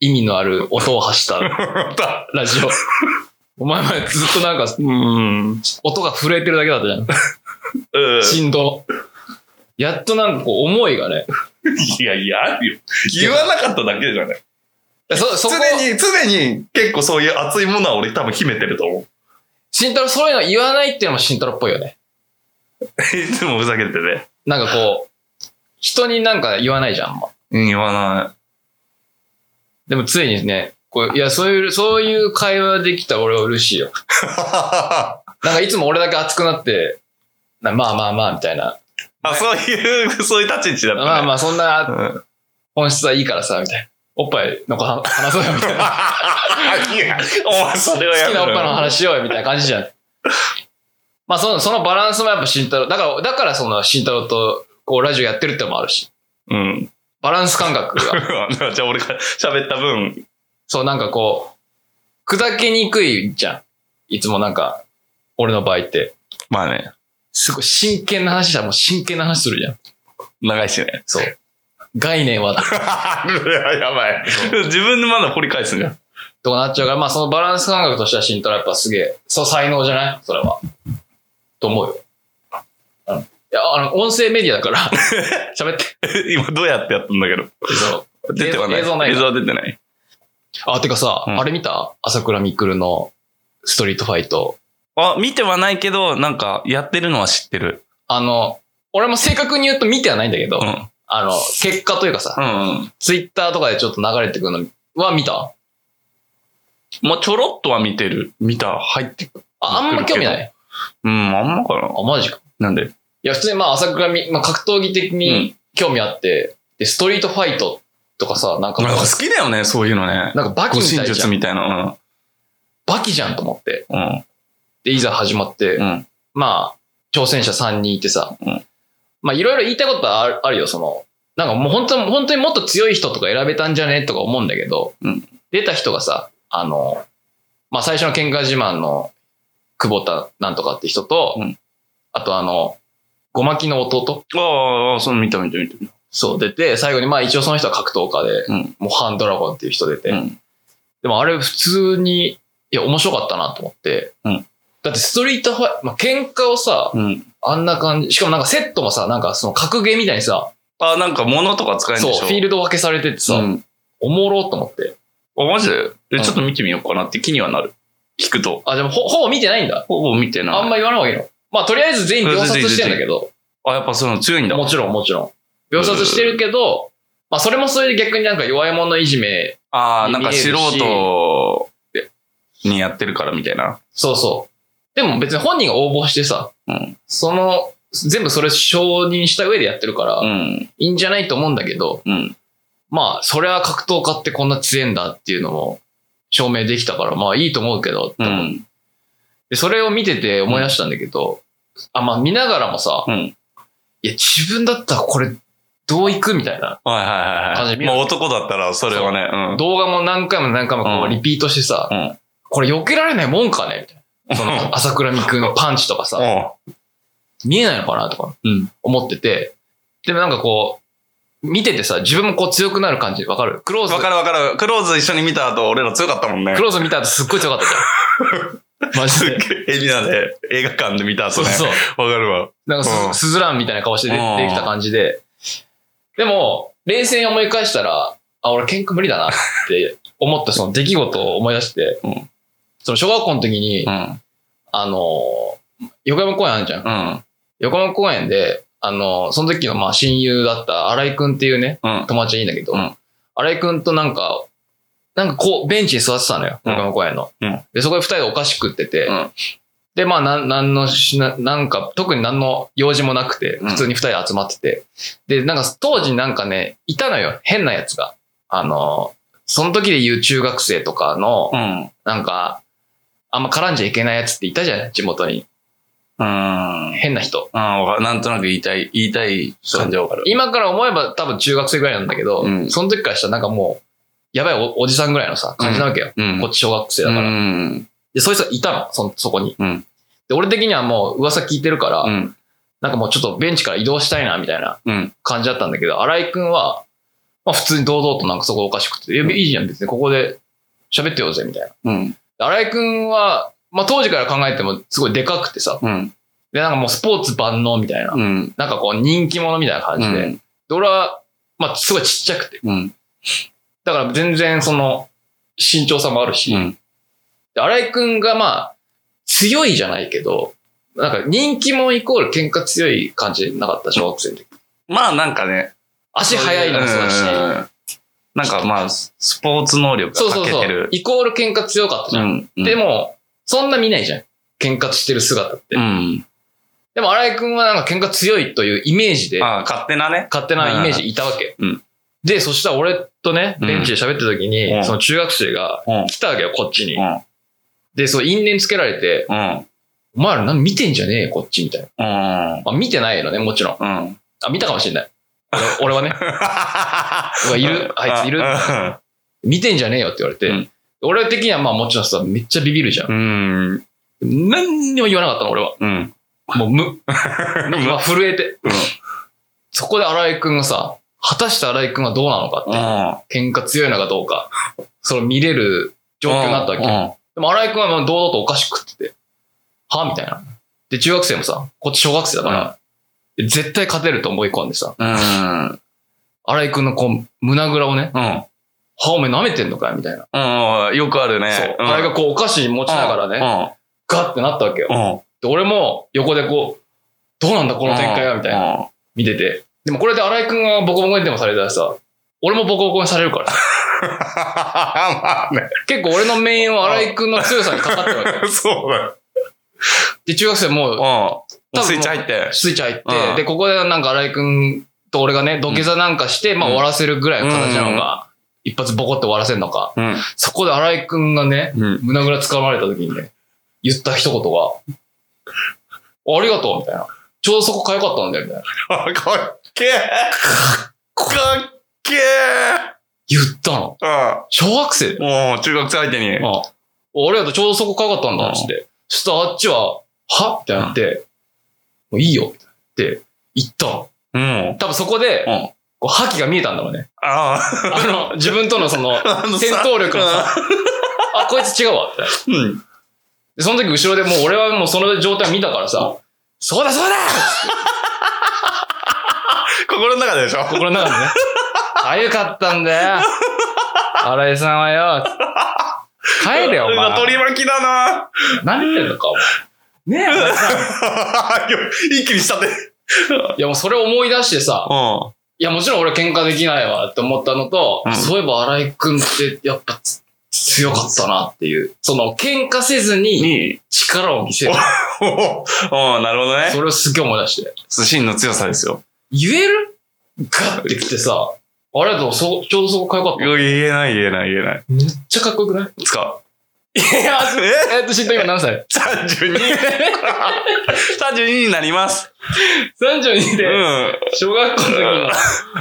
S1: 意味のある音を発したラジ オ。お前前ずっとなんか
S2: うん。
S1: 音が震えてるだけだったじ
S2: うん
S1: ゃん。振動。やっとなんかこう思いがね。
S2: いやいや、あ るよ。言わなかっただけじゃない。
S1: そ、そこ、
S2: 常に、常に結構そういう熱いものは俺多分秘めてると思う。
S1: 慎太郎そういうの言わないっていうのも慎太郎っぽいよね。
S2: いつもふざけてね。
S1: なんかこう、人になんか言わないじゃん、あんま。
S2: うん、言わな
S1: でもついにね、こういや、そういう、そういう会話できた俺は嬉しいよ。
S2: い。あ、
S1: なんかいつも俺だけ熱くなって、なまあまあまあみたいな。
S2: そういう、そういう立ち位置だった、ね。
S1: まあまあそんな
S2: うん
S1: 本質はいいからさ、みたいな。おっぱいの子は話そうよ、みたいな。
S2: いやお前 それはや
S1: 好
S2: め
S1: き
S2: ろ
S1: なおっぱいの話しようよ、みたいな感じじゃん。まあその、そのバランスもやっぱ慎太郎。だから、だからその慎太郎とこうラジオやってるってのもあるし。
S2: うん。
S1: バランス感覚が。
S2: じゃあ俺が喋った分、
S1: そうなんかこう、砕けにくいじゃん。いつもなんか、俺の場合って。
S2: まあね、
S1: すごい、真剣な話したらもう真剣な話するじゃん。
S2: 長いしね。
S1: そう。概念は、
S2: やばい。自分でまだ掘り返すんじゃん。
S1: とかなっちゃうから、まあそのバランス感覚としては慎太郎やっぱすげえ、そう才能じゃないそれは。と思うよ。うん。いや、あの、音声メディアだ から、喋って。
S2: 今どうやってやったんだけど。
S1: そう。
S2: 出てはない。
S1: 映像映像ない
S2: 映
S1: な
S2: 像は出てない。
S1: あ、てかさ、
S2: うん
S1: あれ見た朝倉未来のストリートファイト。
S2: あ、見てはないけど、なんか、やってるのは知ってる。
S1: あの、俺も正確に言うと見てはないんだけど、
S2: うん。
S1: あの、結果というかさ、
S2: うんうん。
S1: ツイッターとかでちょっと流れてくるのは見た
S2: まあ、ちょろっとは見てる。見た、入って。
S1: あ、あんま興味ない。
S2: うん、あんまかな。
S1: あ、マジか。
S2: なんで。
S1: いや、普通にまあ朝倉み、まあ格闘技的に興味あって、で、ストリートファイトとかさ、なんか、
S2: なんか好きだよね、そういうのね。
S1: なんかバキみた
S2: 護
S1: い
S2: 身
S1: じゃ
S2: 術
S1: ん。
S2: みたいな。
S1: バキじゃんと思って。
S2: うん。うん。
S1: で、いざ始まって、
S2: うん。
S1: まあ、挑戦者3人いてさ、
S2: うん
S1: まあ、いろいろ言いたいことはあるあるよ、その、なんかもう本当に、本当にもっと強い人とか選べたんじゃねとか思うんだけど、
S2: うん
S1: 出た人がさ、あの、まあ、最初の喧嘩自慢の久保田なんとかって人と、
S2: うん
S1: あとあの、ごまきの弟
S2: ああ、その見た見た見た。
S1: そう出て、最後にまあ一応その人は格闘家で、
S2: うん
S1: もうハンドラゴンっていう人出て、
S2: うん。
S1: でもあれ普通に、いや、面白かったなと思って、
S2: うん
S1: だってストリートファイ、まあ、喧嘩をさ、
S2: うん。
S1: あんな感じ。しかもなんかセットもさ、なんかその格ゲーみたいにさ、
S2: あ、なんか物とか使えるん
S1: そ
S2: で
S1: う、
S2: しょ
S1: フィールド分けされててさ、
S2: うん。
S1: おもろと思って。
S2: あ、マジで
S1: う
S2: え
S1: ん
S2: ちょっと見てみようかなって気にはなる。聞くと。
S1: あ、でもほほぼ見てないんだ。
S2: ほぼ見てない。
S1: あんま言わない方がいいの。まあとりあえず全員秒殺してんだけど、
S2: あ、やっぱそういうの強いんだ。
S1: もちろんもちろん。秒殺してるけど、まあそれもそれで逆になんか弱い者いじめ、
S2: ああ、
S1: 見
S2: なんか
S1: 見れ
S2: 素
S1: るし
S2: 人にやってるからみたいな。
S1: そうそう。でも別に本人が応募してさ、
S2: うん
S1: その、全部それ承認した上でやってるから、
S2: うん。
S1: いいんじゃないと思うんだけど、
S2: うん。
S1: まあそれは格闘家ってこんな強いんだっていうのも証明できたから、まあいいと思うけど、
S2: う
S1: と思って
S2: ん。
S1: で、それを見てて思い出したんだけど、あ、まあ見ながらもさ、
S2: うん。
S1: いや、自分だったらこれ、どういくみたいな。
S2: はいはいはいは
S1: あ
S2: い。
S1: じゃあ
S2: もう男だったら、それはね、うん。
S1: 動画も何回も何回もこ
S2: う
S1: うんリピートしてさ、
S2: うん
S1: これ避けられないもんかねみたいな。その、朝倉未来のパンチとかさ、見えないのかなとか
S2: うん。
S1: 思ってて、でもなんかこう、見ててさ、自分もこう強くなる感じ、わかるクローズ
S2: わ、かるわかる。クローズ一緒に見た後、俺ら強かったもんね
S1: ク。ローズ見た後すっごい強か ったじゃん。マ
S2: す
S1: ジで。
S2: っげえ、エビナで映画館で見た後
S1: そう
S2: ね。
S1: そう。
S2: わかるわ。
S1: なん
S2: う
S1: か
S2: ん
S1: ス、スズランみたいな顔して出
S2: うん
S1: てきた感じで。でも、冷静に思い返したら、あ、俺喧嘩無理だなって思ったその出来事を思い出して、
S2: うん
S1: その小学校の時に、
S2: うん。
S1: あの、横山公園あるじゃん。
S2: うん。
S1: 横山公園で、あの、その時のまあ親友だった荒井くんっていうね、
S2: うん。
S1: 友達がいいんだけど、
S2: うん
S1: 荒井くんとなんか、なんかこう、ベンチに座ってたのよ、
S2: うん
S1: 横山公園の。
S2: うん
S1: で、そこで二人でお菓子食ってて、
S2: うん
S1: で、まあ、なん、なんのしな、なんか、特に何の用事もなくて、
S2: うん
S1: 普通に二人で集まってて、で、なんか当時なんかね、いたのよ、変なやつが。あの、その時で言う中学生とかの、
S2: うん。
S1: なんか、あんま絡んじゃいけないやつっていたじゃない地元に。
S2: うん。
S1: 変な人。
S2: うん、わかなんとなく言いたい、言いたい感情がある。
S1: 今から思えば多分中学生ぐらいなんだけど、
S2: うん
S1: その時からしたらなんかもう、やばいおおじさんぐらいのさ、感じなわけよ。
S2: うん
S1: こっち小学生だから。
S2: うん。
S1: で、そういう人がいたの、そのそこに。
S2: うん
S1: で、俺的にはもう噂聞いてるから、
S2: うん。
S1: なんかもうちょっとベンチから移動したいな、みたいな
S2: うん。
S1: 感じだったんだけど、新井くんは、まあ普通に堂々となんかそこおかしくて、いやいいじゃん、別にここで喋ってようぜ、みたいな。
S2: うん。
S1: で新井くんは、まあ当時から考えてもすごいでかくてさ、
S2: うん。
S1: で、なんかもうスポーツ万能みたいな、
S2: うん。
S1: なんかこう人気者みたいな感じで、
S2: うん
S1: で、俺は、まあすごいちっちゃくて、
S2: うん。
S1: だから全然その、慎重さもあるし、
S2: うん。
S1: で荒井くんがまあ、強いじゃないけど、なんか人気もイコール喧嘩強い感じなかった、小学生の時。
S2: まあなんかね。
S1: 足速いのもそうだし、
S2: うんなんかまあ、ススポーツ能力
S1: そう
S2: が
S1: そ
S2: 欠
S1: う
S2: け
S1: そ
S2: て
S1: う
S2: る、。
S1: イコール喧嘩強かったじゃん。
S2: ん。
S1: でも、そんな見ないじゃん。喧嘩してる姿って。
S2: うん。
S1: でも荒井くんはなんか喧嘩強いというイメージで、
S2: ああ、勝手なね。
S1: 勝手なイメージいたわけ。
S2: うん
S1: で、そしたら俺とね、
S2: うん
S1: ベンチで喋ってた時に、
S2: うん
S1: その中学生が
S2: うん。
S1: 来たわけよ、こっちに。
S2: うん。
S1: で、そう因縁つけられて、
S2: うん。
S1: お前ら何見てんじゃねえよ、こっち、みたいな。
S2: うん。
S1: まあ、見てないよね、もちろん。
S2: うん。
S1: あ、見たかもしれない。俺俺はね、うわいる あいついる
S2: う
S1: 見てんじゃねえよって言われて。
S2: うん
S1: 俺的にはまあもちろんさ、めっちゃビビるじゃん。
S2: ん。
S1: 何にも言わなかったの、俺は。
S2: うん。
S1: もう 無。まあ、震えて。
S2: うん
S1: そこで荒井くんがさ、果たして荒井くんはどうなのかって、
S2: 状
S1: 喧嘩強いのかどうか、それを見れる状況になったわけ。でも荒井くんはまあ堂々とおかしくってて、はみたいな。で、中学生もさ、こっち小学生だから、絶対勝てると思い込んでさ、
S2: うん。うん。
S1: 荒井くんのこう、胸ぐらをね、
S2: うん。
S1: はおめ舐めてんのかよみたいな。
S2: うん。よくあるね。
S1: そう。荒井がこう、お菓子持ちながらね、
S2: ね。
S1: ガッてなったわけよ
S2: う。ん。うん。
S1: で、俺も横でこう、どうなんだこの展開はみたいな。
S2: な。
S1: 見てて。でもこれで荒井くんがボコボコにでもされたらさ、俺もボコボコにされるから。
S2: まあね。
S1: 結構俺のメインは荒井くんの強さにかかってるわけよ。
S2: そうだよ。
S1: で、中学生もう
S2: うん。スイッチ入って。
S1: スイッチ入って、
S2: うん
S1: で、ここでなんか荒井くんと俺がね、土下座なんかして、まあ
S2: うん
S1: 終わらせるぐらいの形なのか、一発ボコって終わらせるのか、
S2: うん。
S1: そこで荒井くんがね、
S2: うん。
S1: 胸ぐら掴まれた時にね、言った一言が、ありがとうみたいな。ちょうどそこかよかったんだよ、みたいな。
S2: かっけえかっけえ
S1: 言ったの。小学生だよ。
S2: うん。もう中学生相手に。
S1: あありがとう、ちょうどそこかよかったんだ、つって。そしたらあっちは、はってなって、もういいよ、って言ったの。
S2: うん。
S1: 多分そこで、
S2: うん
S1: こう覇気が見えたんだろう ね。
S2: あ
S1: あの、自分との その、
S2: あ。
S1: 戦闘力のさ、あ、こいつ違うわって。
S2: うん。
S1: で、その時後ろでもう俺はもうその状態見たからさ、そうだそうだ
S2: 心の中ででしょ
S1: 心の中でね。あゆかったんだよ。新井さんはよ。帰れよ、お前。
S2: 取り巻きだな
S1: 何言ってんのか、お前。ねえ、新井さん
S2: 一気にしたて。
S1: いや、もうそれを思い出してさ、
S2: うん。
S1: いや、もちろん俺喧嘩できないわって思ったのと、
S2: うん
S1: そういえば新井くんってやっぱつ強かったなっていう。その、喧嘩せずに
S2: に、
S1: 力を見せる。
S2: おおなるほどね。
S1: それをすげえ思い出して。
S2: 真の強さですよ。
S1: 言えるガッてきてさ、あれだと、そう、ちょうどそこかよかった。
S2: 言えない言えない言えない。
S1: めっちゃかっこよくない
S2: 使う。
S1: いや、え
S2: え
S1: っと、身長今何歳
S2: ?32。32になります。
S1: ?32
S2: うん。
S1: で、
S2: あ
S1: 小学校の時の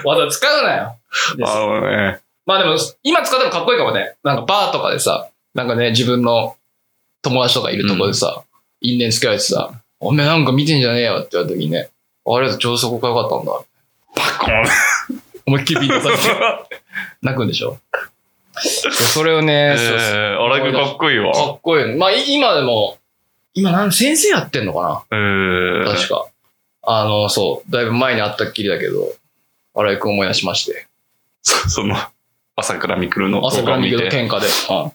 S1: 技使うなよ。
S2: のね。
S1: まあでも、今使ってもかっこいいかもね。なんかバーとかでさ、なんかね、自分の友達とかいるとこでさ、因縁つけられてさ、おめえなんか見てんじゃねえよって言われた時にね、あれだとちょうどそこかよかったんだ。
S2: バコ
S1: 思いっきりビートされて泣くんでしょ。いやそれをね、そうそう
S2: えー、荒井くんかっこいいわ。
S1: かっこいい。まあ、い今でも、今なん、先生やってんのか
S2: え
S1: な
S2: ー
S1: 確か。あの、そう。だいぶ前に会ったっきりだけど、荒井くん思い出しまして。
S2: そ その、朝倉未来の
S1: 朝
S2: 動
S1: か
S2: 画
S1: ら
S2: を
S1: 見
S2: 見
S1: る
S2: て。
S1: 喧嘩で。う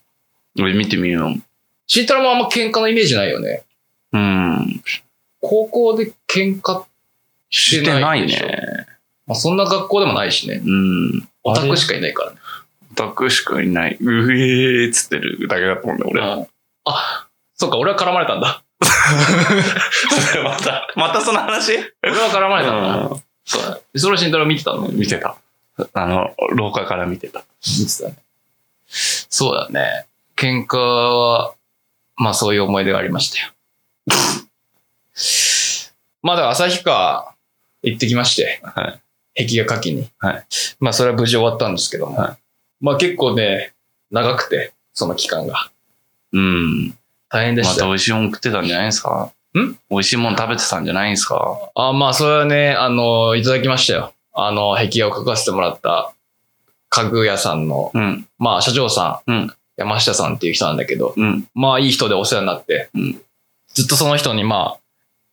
S1: ん。
S2: 俺見てみよ
S1: 慎太郎もあんま喧嘩のイメージないよね。
S2: う。うん。
S1: 高校で喧嘩、
S2: してないね。
S1: まあ、そんな学校でもないしね。
S2: うん。
S1: オタ
S2: あれ
S1: クしかいないからね。
S2: オタクしかいない。うえーっつってるだけだと思うんだ、俺。
S1: うんあ、そっか、俺は絡まれたん だ。
S2: また、またその話
S1: 俺は絡まれたんだ。そうだね。それを慎太郎見てたの
S2: 見てた。あの、廊下から見てた。
S1: 見てたね。そうだね。喧嘩は、まあそういう思い出がありましたよ。 まあだから旭川行ってきまして。
S2: は
S1: 壁画書きに。
S2: はい
S1: まあそれは無事終わったんですけども。
S2: は
S1: まあ結構ね、長くて、その期間が。
S2: うん。
S1: 大変で
S2: ま
S1: した
S2: た
S1: よ。
S2: 美味しいもん食ってたんじゃないですか
S1: ん
S2: 美味しいもん食べてたんじゃないですか
S1: あまあそれはね、あの、いただきましたよ。あの、壁画を描かせてもらった家具屋さんの、
S2: うん。
S1: まあ社長さん、
S2: うん
S1: 山下さんっていう人なんだけど、
S2: うん。
S1: まあいい人でお世話になって、
S2: うん
S1: ずっとその人にまあ、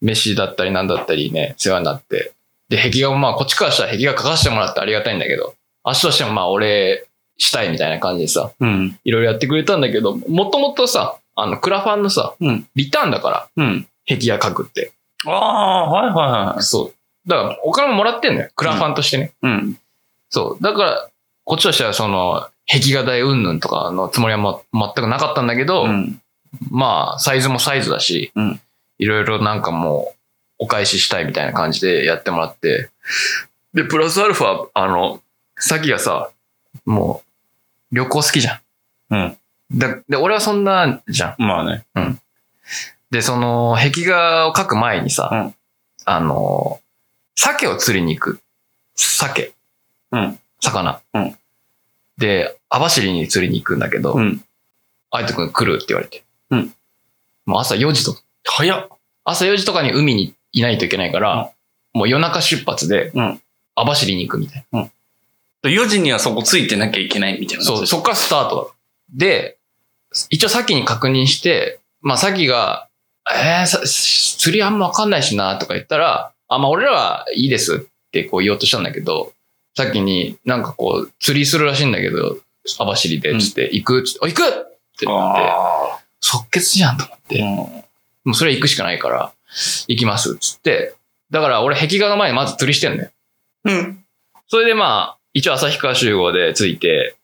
S1: 飯だったりなんだったりね、世話になって。で、壁画もまあ、こっちからしたら壁画書かせてもらってありがたいんだけど、あっちとしてもまあ、お礼したいみたいな感じでさ、
S2: うん。
S1: いろいろやってくれたんだけど、もともとさ、あの、クラファンのさ、
S2: うん
S1: リターンだから、
S2: うん。
S1: 壁画書くって。
S2: ああ、はいは
S1: そう。だから、お金ももらってんのよ。クラファンとしてね。
S2: いはい。うん。
S1: そう。だから、こっちとしてはその、壁画代云々とかのつもりはもう全くなかったんだけど、
S2: うん。
S1: まあ、サイズもサイズだし、
S2: うん
S1: いろいろなんかもう、お返ししたいみたいな感じでやってもらって、で、プラスアルファ、あの、さきがさ、もう、旅行好きじゃん。
S2: うん。
S1: だで、俺はそんな、じゃん。
S2: まあね。
S1: で、その、壁画を描く前にさ、
S2: うん
S1: あの、鮭を釣りに行く。鮭。
S2: うん。
S1: 魚。
S2: うん
S1: で、網走に釣りに行くんだけど、
S2: ん。
S1: あいとくん来るって言われて。
S2: うん。
S1: もう朝4時とか
S2: 早っ。
S1: 朝4時とかに海にいないといけないから、もう夜中出発で
S2: うん、
S1: 網走に行くみたいな。
S2: 4時にはそこついてなきゃいけないみたいな。
S1: そう、そっからスタートだと。で、一応さっきに確認して、まあさっきが、えー、さ釣りあんまわかんないしなとか言ったら、あ、まあ俺らはいいですってこう言おうとしたんだけど、さっきになんかこう釣りするらしいんだけど、網走で、つって、行くつって、あ、行くってなって、
S2: あ
S1: 即決じゃんと思って。
S2: ー
S1: もうそれは行くしかないから、行きます、つって。だから俺壁画の前にまず釣りしてんだよ。
S2: うん。うん。
S1: それでまあ、一応旭川集合で着いて、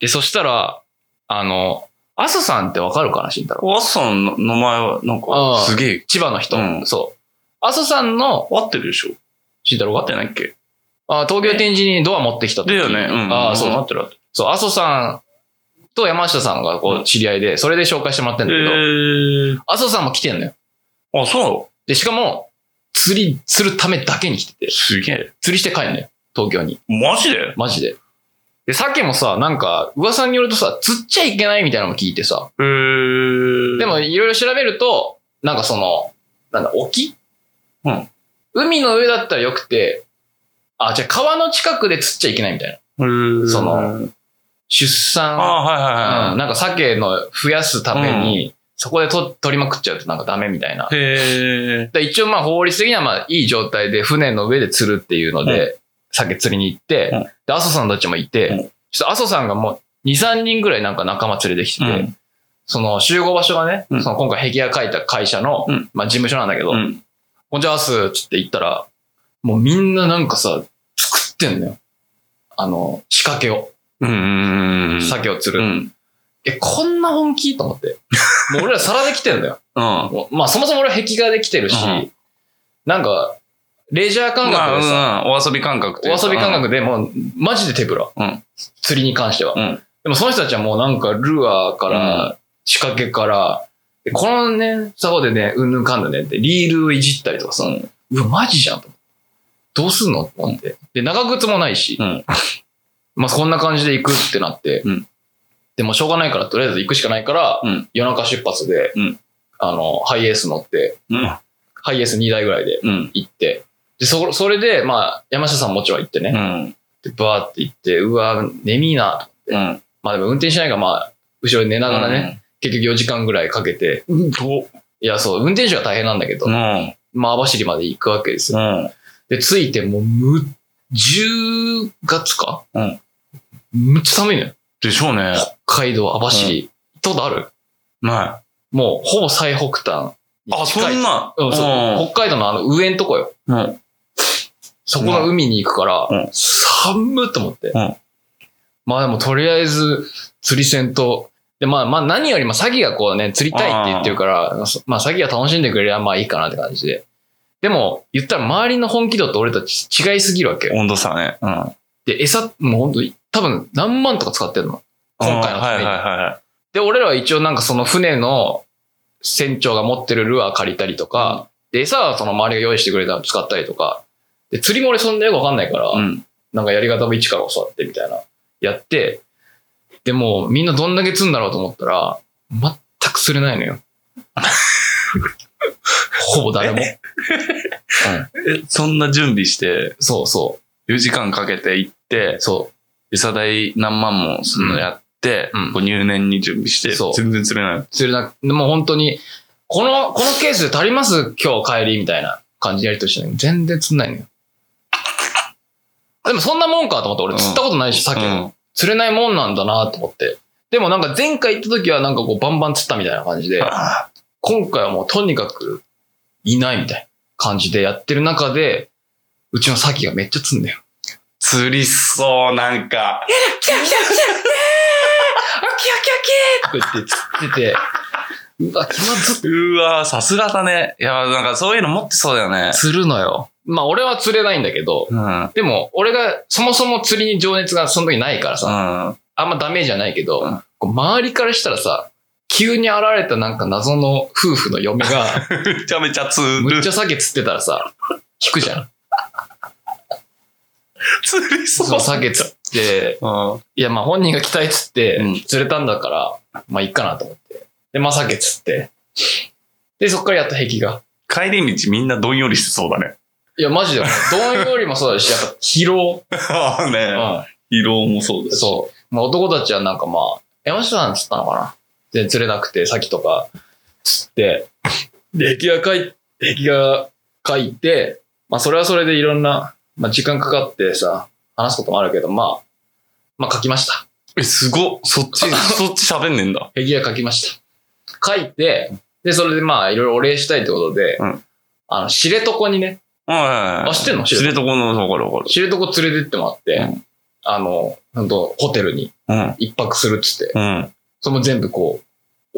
S1: で、そしたら、あの、阿蘇さんってわかるかな、慎太郎。
S2: おあっさんの名前は、なん
S1: あ
S2: か
S1: ー、
S2: すげえ、
S1: 千葉の人。
S2: うん
S1: そう。阿蘇さんの、
S2: 合ってるでしょ
S1: 慎太郎
S2: 合
S1: が
S2: ってないっけ
S1: あ東京展示にドア持ってきた時
S2: だよね。うん。
S1: ああ、そう
S2: 合
S1: そう。
S2: ってる合って
S1: そう、阿蘇さんと山下さんがこう知り合いで、それで紹介してもらってんだけど、
S2: る。
S1: 阿蘇さんも来てんのよ。
S2: えー。あ、そう
S1: で、しかも、釣りするためだけに来てて、
S2: すげえ。
S1: 釣りして帰んのよ。東京に。
S2: マジで
S1: マジで。で、さっきもさ、なんか、噂によるとさ、釣っちゃいけないみたいなのも聞いてさ、
S2: えー。
S1: でも、いろいろ調べると、なんかその、なんだ、沖
S2: うん。
S1: 海の上だったらよくて、あ、じゃあ川の近くで釣っちゃいけないみたいな。
S2: えー、
S1: その、出
S2: あ
S1: 産、
S2: あ、はいはいは
S1: うん、なんか鮭の増やすために、そこでと取りまくっちゃうとなんかダメみたいな。
S2: い。へえ。
S1: で一応まあ法律的にはまあいい状態で船の上で釣るっていうので、鮭釣りに行って、
S2: うん
S1: で、阿蘇さんたちもいて、
S2: うん
S1: ちょっと阿蘇さんがもう2、3人ぐらいなんか仲間連れてきてて、
S2: うん
S1: その集合場所がね、
S2: うん
S1: その今回壁画描いた会社の、
S2: うん
S1: まあ事務所なんだけど、
S2: うん。
S1: こんにちはっす、つって言ったら、もうみんななんかさ、作ってんのよ。あの、仕掛けを、
S2: うんうんうん。
S1: 鮭を釣
S2: う
S1: る。
S2: ん。
S1: え、こんな本気と思って。もう俺ら皿で来てんだよ。
S2: うん。
S1: もうまあそもそも俺は壁画で来てるし、
S2: うん
S1: なんか、レジャー感覚でさ、
S2: まあうんうんお遊び感覚というか
S1: お遊び感覚でもう、マジで手ぶら。
S2: うん
S1: 釣りに関しては、
S2: うん
S1: でもその人たちはもうなんか、ルアーから、仕掛けから、でこのね、作法でね、うんぬんかんだねって、リールをいじったりとかさ、う
S2: うん
S1: わ、マジじゃんと。どうすんのと思って。で、長靴もないし、
S2: うん
S1: まあこんな感じで行くってなって、
S2: うん
S1: でもしょうがないから、とりあえず行くしかないから、
S2: うん
S1: 夜中出発で、
S2: うん
S1: あの、ハイエース乗って、
S2: うん。
S1: ハイエース2台ぐらいで
S2: うん。
S1: 行って、で、そ、それで、まあ、山下さんももちろん行ってね、
S2: うん。
S1: で、バーって行って、うわ、眠いな。
S2: うん。
S1: まあでも運転しないから、まあ、後ろに寝ながらね、結局4時間ぐらいかけて、
S2: うん。うん。と。
S1: いや、そう、運転手が大変なんだけど、
S2: うん。
S1: まあ、網走まで行くわけです
S2: う
S1: よ。
S2: ん。
S1: で、着いてもう、む、10月か
S2: うん。
S1: むっちゃ寒いのよ。
S2: でしょうね。
S1: 北海道網走。行ったことある
S2: な
S1: もう、ほぼ最北端
S2: い。あ、
S1: に
S2: そ
S1: 近い。
S2: んな。
S1: うん、そう。北海道のあの上んとこよ。
S2: うん。うん。
S1: そこの海に行くから、
S2: うん
S1: 寒っと思って。
S2: うん
S1: まあでもとりあえず釣り船と、でまあまあ何よりも詐欺がこうね、釣りたいって言ってるから、そまあ詐欺は楽しんでくれりゃまあいいかなって感じで。でも、言ったら周りの本気度と俺たち違いすぎるわけよ。
S2: 温度差ね。うん。今
S1: で、餌、もう本当に多分何万とか使ってるの。今回の
S2: は
S1: ため
S2: いは
S1: に。
S2: いは
S1: で、俺らは一応なんかその船の船長が持ってるルアー借りたりとか、で、餌はその周りが用意してくれたの使ったりとか、で、釣りも俺そんなよくわかんないから、
S2: い。うん。
S1: なんかやり方も一から教わってみたいな、やって、でもうみんなどんだけ釣るんだろうと思ったら、全く釣れないのよ。ほぼ誰も。
S2: え、そんな準備して、
S1: そうそ
S2: 4時間かけて行っ
S1: う。
S2: て、
S1: そ
S2: 餌代何万もするのやって
S1: うんうん、
S2: こう入念に準備して
S1: そう、。。
S2: 全然釣れないう
S1: 釣れなく、もう本当に、この、このケースで足ります今日帰りみたいな感じでやりとりしてんだけど全然釣んないのよ。でもそんなもんかと思って、俺釣ったことないし、さっきも。釣れないもんなんだなと思って。でもなんか前回行った時はなんかこうバンバン釣ったみたいな感じで、
S2: あ
S1: 今回はもうとにかくいないみたいな感じでやってる中で、うちのサキがめっちゃ釣ん だよ。
S2: 釣りそう、なんか。
S1: 来た来た来たあきあきあきとか言って釣ってて、うわ、気まずっ
S2: うわさすがだね。いや、なんかそういうの持ってそうだよね。
S1: 釣るのよ。まあ俺は釣れないんだけど、
S2: うん。うん。
S1: でも俺がそもそも釣りに情熱がその時ないからさ、あんまダメージはないけど、
S2: うん
S1: こう周りからしたらさ、急に現れたなんか謎の夫婦の嫁が、
S2: めちゃめちゃ釣る。
S1: むっちゃ鮭釣ってたらさ、引くじゃん。
S2: 釣り
S1: そ
S2: そう
S1: の。鮭釣って、
S2: うん。
S1: いや、まあ本人が来たいっつって
S2: うん、
S1: 釣れたんだから、まあいいかなと思って。で、まあ鮭釣って。で、そっからやっと壁画。
S2: 帰り道みんなどんよりしてそうだね。
S1: いや、マ ジで。どんよりもそうだし、やっぱ疲労。
S2: ああね。疲労もそう
S1: うん。
S2: だし。
S1: そう。まあ、男たちはなんかまあ、山下さん釣ったのかな全然釣れなくて、先とか釣って、で、壁画描い、壁画描いて、まあ、それはそれでいろんな、まあ、時間かかってさ、話すこともあるけど、まあ、まあ、描きました。
S2: え、すごっ。そっ ち、そっち喋んねんだ。
S1: 壁画描きました。描いて、で、それでまあ、いろいろお礼したいってことで、
S2: うん
S1: あの、知床にね、
S2: はい。
S1: あ知ってんの
S2: 知
S1: 知
S2: 床の、わかるわか
S1: 知床連れてってもらって、
S2: うん
S1: あの、本当ホテルに
S2: る。
S1: 一泊するっつって、
S2: うん。うん。
S1: それも全部こう、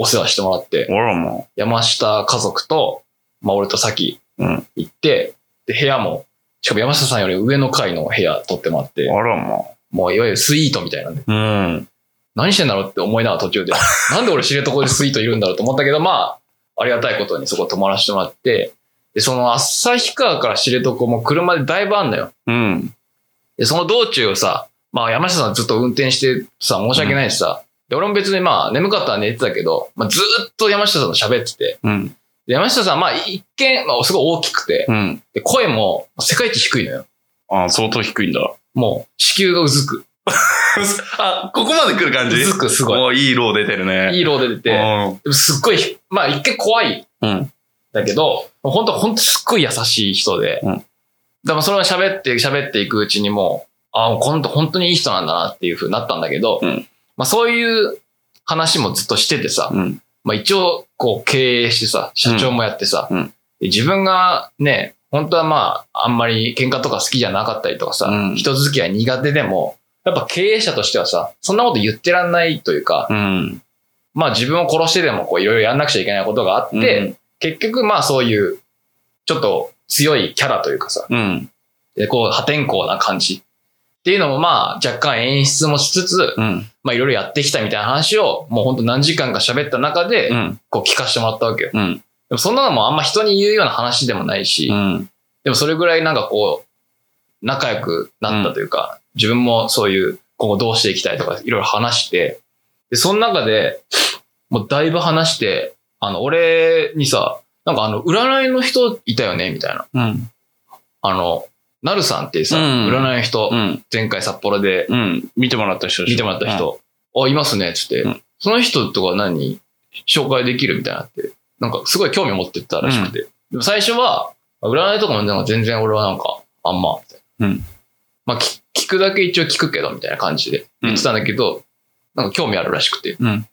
S1: お世話してもらって、
S2: 俺らも
S1: 山下家族と、まあ俺と先
S2: うん
S1: 行って、で、部屋も、しかも山下さんより上の階の部屋取ってもらっ
S2: う、
S1: て、
S2: 俺らも
S1: もういわゆるスイートみたいなんで、
S2: う。うん。
S1: 何してんだろうって思いながら途 中で、なんで俺知床でスイートいるんだろうと思ったけど、まあ、ありがたいことにそこ泊まらせてもらって、で、その旭川から知床も車でだいぶあんのよ。
S2: うん。で
S1: で、その道中をさ、まあ山下さんずっと運転してさ、申し訳ないしさ、で、俺も別にまあ眠かったら寝てたけど、まあずーっと山下さんと喋ってて、
S2: うん。
S1: で、山下さんまあ一見、まあすごい大きくて、
S2: うん。
S1: で、声も世界一低いのよ。
S2: あ、相当低いんだ。
S1: もう、子宮がうずく。
S2: あ、ここまで来る感
S1: う
S2: じ
S1: ずく、すご
S2: おいいロー出てるね。
S1: い。いい色出てて、で
S2: う
S1: もすっごいひ、まあ一見怖い。
S2: うん。
S1: だけど、本当本当すっごい優しい人で、
S2: うん
S1: だからそれを喋って喋っていくうちにもう、ああ、もう今度本当にいい人なんだなっていう風になったんだけど、
S2: うん
S1: まあそういう話もずっとしててさ、
S2: ん。
S1: まあ一応こう経営してさ、社長もやってさ、
S2: うんうん
S1: で自分がね、本当はまああんまり喧嘩とか好きじゃなかったりとかさ、
S2: うん
S1: 人付き合い苦手でも、やっぱ経営者としてはさ、そんなこと言ってらんないというか、
S2: うん。
S1: まあ自分を殺してでもこういろいろやんなくちゃいけないことがあって、
S2: で、
S1: 結局まあそういう、ちょっと強いキャラというかさ、
S2: うん。
S1: でこう破天荒な感じっていうのもまあ若干演出もしつつ、
S2: うん。
S1: まあいろいろやってきたみたいな話をもうほんと何時間か喋った中で
S2: う、ん。
S1: こう聞かせてもらったわけよ。
S2: うん。
S1: でもそんなのもあんま人に言うような話でもないし、
S2: うん。
S1: でもそれぐらいなんかこう、仲良くなったというか、自分もそういう、今後どうしていきたいとかいろいろ話して、で、その中で、もうだいぶ話して、あの、俺にさ、なんかあの、占いの人いたよねみたいな。
S2: うん。
S1: あの、なるさんってさ、
S2: うん
S1: 占いの人、
S2: うん。
S1: 前回札幌で
S2: うん。見てもらった人でしょ
S1: 見てもらった。人、あ、いますね、つって、
S2: うん
S1: その人とか何紹介できるみたいになって、なんかすごい興味持ってたらしくて。でも最初は、占いとかもなんか全然俺はなんか、あんま、みたいな。
S2: うん
S1: まあ、き聞くだけ一応聞くけど、みたいな感じで言ってたんだけど、なんか興味あるらしくて。
S2: うん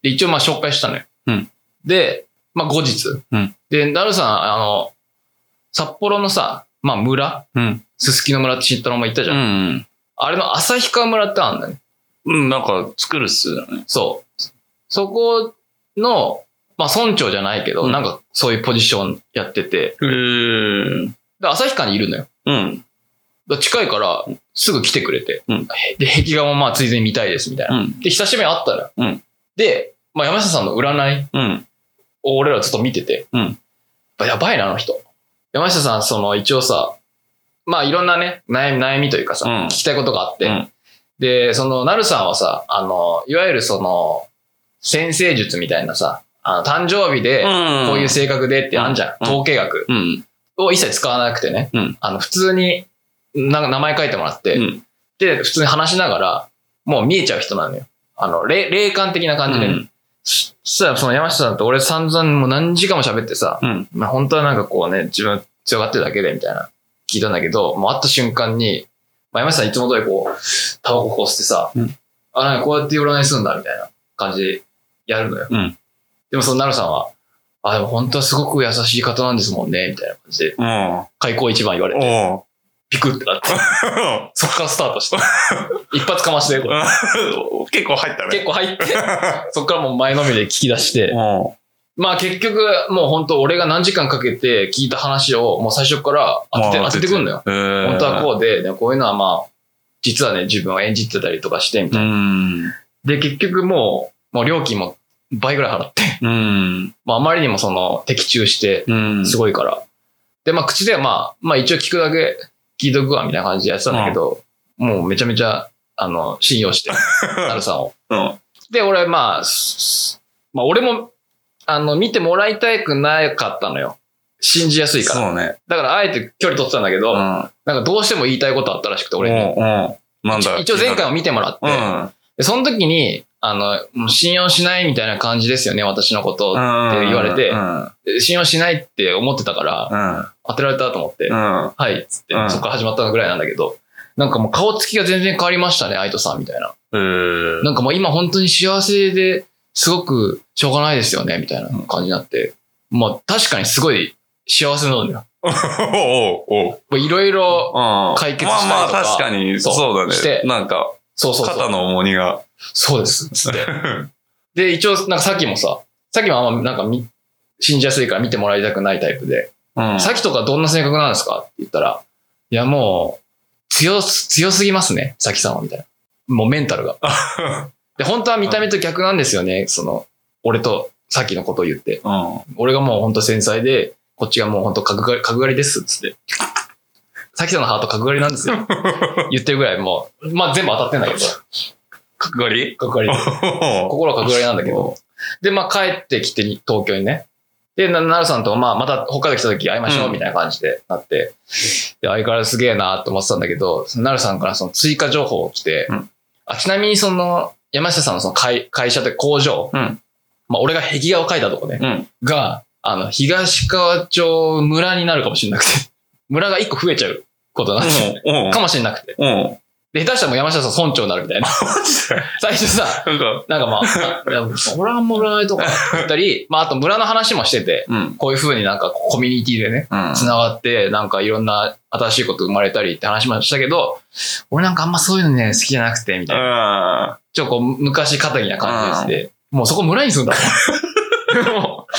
S1: で、一応まあ紹介したのよ。
S2: うん
S1: で、まあ後日。
S2: うん
S1: で、なるさん、あの、札幌のさ、まあ村、
S2: うん。
S1: すすきの村って慎太郎も言ったじ
S2: う
S1: ゃん。
S2: ん。
S1: あれの旭川村ってあるんだね。
S2: うん。なんか、作るっすよね。
S1: そう。そこの、まあ村長じゃないけど、
S2: うん
S1: なんかそういうポジションやってて、
S2: へー
S1: で、旭川にいるのよ。
S2: うん。
S1: だから近いから、すぐ来てくれて、
S2: うん
S1: で、壁画もまあついでに見たいです、みたいうな。
S2: ん。
S1: で、久しぶりに会ったら、
S2: うん
S1: で、まあ山下さんの占い
S2: うん。
S1: を俺らずっと見てて、
S2: うん
S1: やっぱやばいな、あの人。山下さん、その一応さ、まあいろんなね、悩み、悩みというかさ、
S2: うん
S1: 聞きたいことがあって、
S2: うん
S1: で、その、なるさんはさ、あの、いわゆるその、先生術みたいなさ、あの、誕生日で、こういう性格でってあんじゃん。
S2: うん
S1: 統計学
S2: うん。
S1: を一切使わなくてね。
S2: うん
S1: あの、普通に、なんか名前書いてもらって、
S2: うん
S1: で、普通に話しながら、もう見えちゃう人なのよ。あの、霊霊感的な感じでね。
S2: うん
S1: そしたら、その山下さんと俺散々もう何時間も喋ってさ、
S2: うん。
S1: まあ本当はなんかこうね、自分強がってるだけでみたいな、聞いたんだけど、もう会った瞬間に、まあ、山下さんいつも通りこう、タバコこう吸ってさ、
S2: うん
S1: あ、なんかこうやって占いするんだみたいな感じでやるのよ。
S2: うん
S1: でもそのなるさんは、あ、でも本当はすごく優しい方なんですもんね、みたいな感じで、
S2: うん。
S1: 開口一番言われて、
S2: おう
S1: ピクってなって、そっからスタートして、一発かまして、これ
S2: 結構入ったね。
S1: 結構 入って、そっからもう前のめりで聞き出して、
S2: 構。
S1: まあ結局、もう本当俺が何時間かけて聞いた話を、もう最初から当てて、
S2: まあ
S1: 当ててくんのよ。
S2: うん。
S1: 本当は
S2: こ
S1: こうで、でこういうのはまあ、実はね、自分を演じてたりとかして、みた
S2: う
S1: いな。
S2: ん。
S1: で、結局もう、もう料金も倍ぐらい払って、
S2: うん。
S1: まあ、あまりにもその、的中して、
S2: うん。
S1: すごいから。で、まあ、口ではまあ、まあ一応聞くだけ聞いとくわ、みたいな感じでやってたんだけど、もうめちゃめちゃ、あの、信用 して、なるさんを。
S2: うん。
S1: で、俺、まあ、すまあ、俺も、あの、見てもらいたくなかったのよ。信じやすいから。
S2: そうね。
S1: だから、あえて距離取ってたんだけど、
S2: うん。
S1: なんかどうしても言いたいことあったらしくて、俺に。
S2: うん。うん。なんだ
S1: 一応前回も見てもらって、
S2: うん。
S1: でその時に、あの、もう信用しないみたいな感じですよね、私のこと。
S2: って
S1: 言われて
S2: うん。
S1: 信用しないって思ってたから、
S2: うん。
S1: 当てられたと思って、
S2: うん。
S1: はい、っつって、
S2: うん
S1: そっから始まったぐらいなんだけど、なんかもう顔つきが全然変わりましたね、愛斗さんみたいな。
S2: えー
S1: なんかもう今本当に幸せですごくしょうがないですよね、みたいな感じになって。まあ確かにすごい幸せなんだよ。
S2: おうおう
S1: もういろいろ、
S2: うん
S1: 解決したりとか
S2: まあまあ確かに、
S1: そう
S2: そうだ
S1: して
S2: ね。なんか、
S1: そうそうそ
S2: 肩
S1: う。
S2: の重荷が。
S1: そうです、つ って。で、一応なんかさっきもさ、さっきもあんまなんかみ信じやすいから見てもらいたくないタイプで、
S2: うん
S1: さっきとかどんな性格なんですかって言ったら、いやもう、強す、強すぎますね、さきさんは、みたいな。もうメンタル が。で、本当は見た目と逆なんですよね、その、俺とさっきのことを言って。
S2: うん。
S1: 俺がもう本当繊細で、こっちがもう本当角刈り、角刈りです、つって。さきさんのハート角刈りなんです よ。言ってるぐらいもう、まあ全部当たってんだけど、
S2: 角刈り
S1: 角刈り。心は角刈りなんだけど。で、まあ帰ってきてに東京にね。で、ななるさんと、まあまた北海道来た時会いましょ
S2: う
S1: う、
S2: ん
S1: みたいな感じでなって、で、相変わらずすげえなと思ってたんだけど、そのなるさんからその追加情報を来て、
S2: うん
S1: あちなみにその、山下さんのその会会社って工場、
S2: うん
S1: まあ俺が壁画を描いたとこね、
S2: うん
S1: が、あの、東川町村になるかもしれなくて、 村が一個増えちゃうことになって、
S2: うん。うん
S1: かもしれなくて。
S2: うん。
S1: で、下手したらもう山下さん村長になるみたいな。
S2: マジで
S1: 最初さ、
S2: なんか、
S1: なんかまあ、いやそらも占いとか言ったり、まああと村の話もしてて、
S2: うん。
S1: こういう風になんかコミュニティでね、
S2: うん。
S1: 繋がって、なんかいろんな新しいこと生まれたりって話もしたけど、俺なんかあんまそういうのね、好きじゃなくて、みたいな。
S2: あ
S1: ちょっとこう、昔肩着な感じでして、もうそこ村に住んだもんもう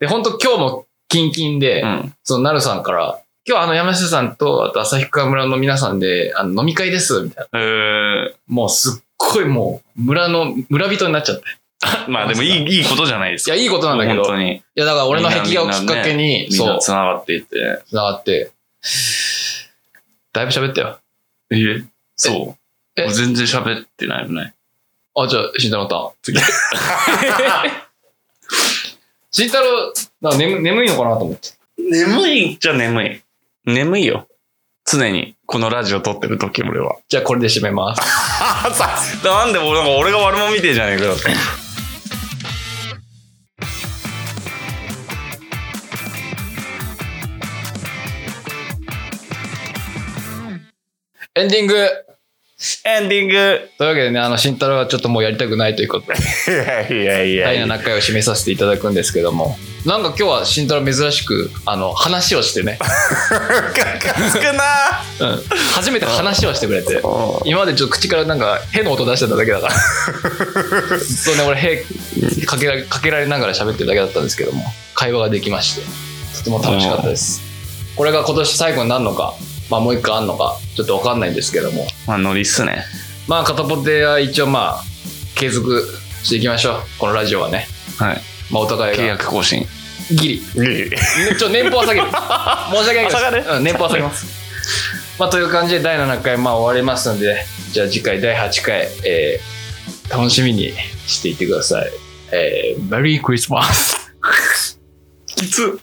S1: で、本当今日もキンキンで、
S2: うん。
S1: そのなるさんから、今日あの山下さんと、あと旭川村の皆さんで、あの飲み会です、みたいな。
S2: えー
S1: もうすっごいもう、村の、村人になっちゃって。
S2: まあでもいい、いいことじゃないです
S1: い
S2: か。
S1: や、いいことなんだけど
S2: 本、当に。
S1: いや、だから俺の壁画をきっかけに、
S2: みん
S1: そ
S2: な
S1: う、
S2: 繋がっていて。
S1: 繋がって。だいぶ喋ったよ。
S2: えそう。
S1: え
S2: 俺全然喋ってないよね。
S1: あ、じゃあ、慎太郎た。
S2: 次。
S1: 慎太郎、なんか眠眠いのかなと思って。
S2: 眠いっちゃ眠い。眠いよ。常に、このラジオ撮ってる時俺は。
S1: じゃあ、これで締めます。
S2: あさ、なんで俺なんか俺が悪者みてえじゃねえかよ。
S1: エンディング
S2: エンディング。
S1: というわけでね、あの、慎太郎はちょっともうやりたくないということ で、
S2: いやいやいや
S1: 第7回を締めさせていただくんですけども、なんか今日は慎太郎珍しく、あの、話をしてね、
S2: つくな。
S1: うん、初めて話をしてくれて、今までちょっと口からなんか変な音出してただけだから ずっとね俺屁かけらかけられながら喋ってるだけだったんですけども会話ができましてとても楽しかったですこれが今年最後になるのか、まあ、もう一回あんのかちょっと分かんないんですけども
S2: まあノリっすね。
S1: まあ片ポテは一応まあ継続していきましょうこのラジオはね
S2: はい。
S1: まあお互い
S2: 契
S1: が
S2: 約更新。
S1: ギリねちょ年俸は下 げる申し訳ないけど
S2: 下がる
S1: うん、年俸は下げますまあという感じで第7回まあ終わりますのでじゃあ次回第8回、えー楽しみにしていてくださいえーメリークリスマス
S2: きつ。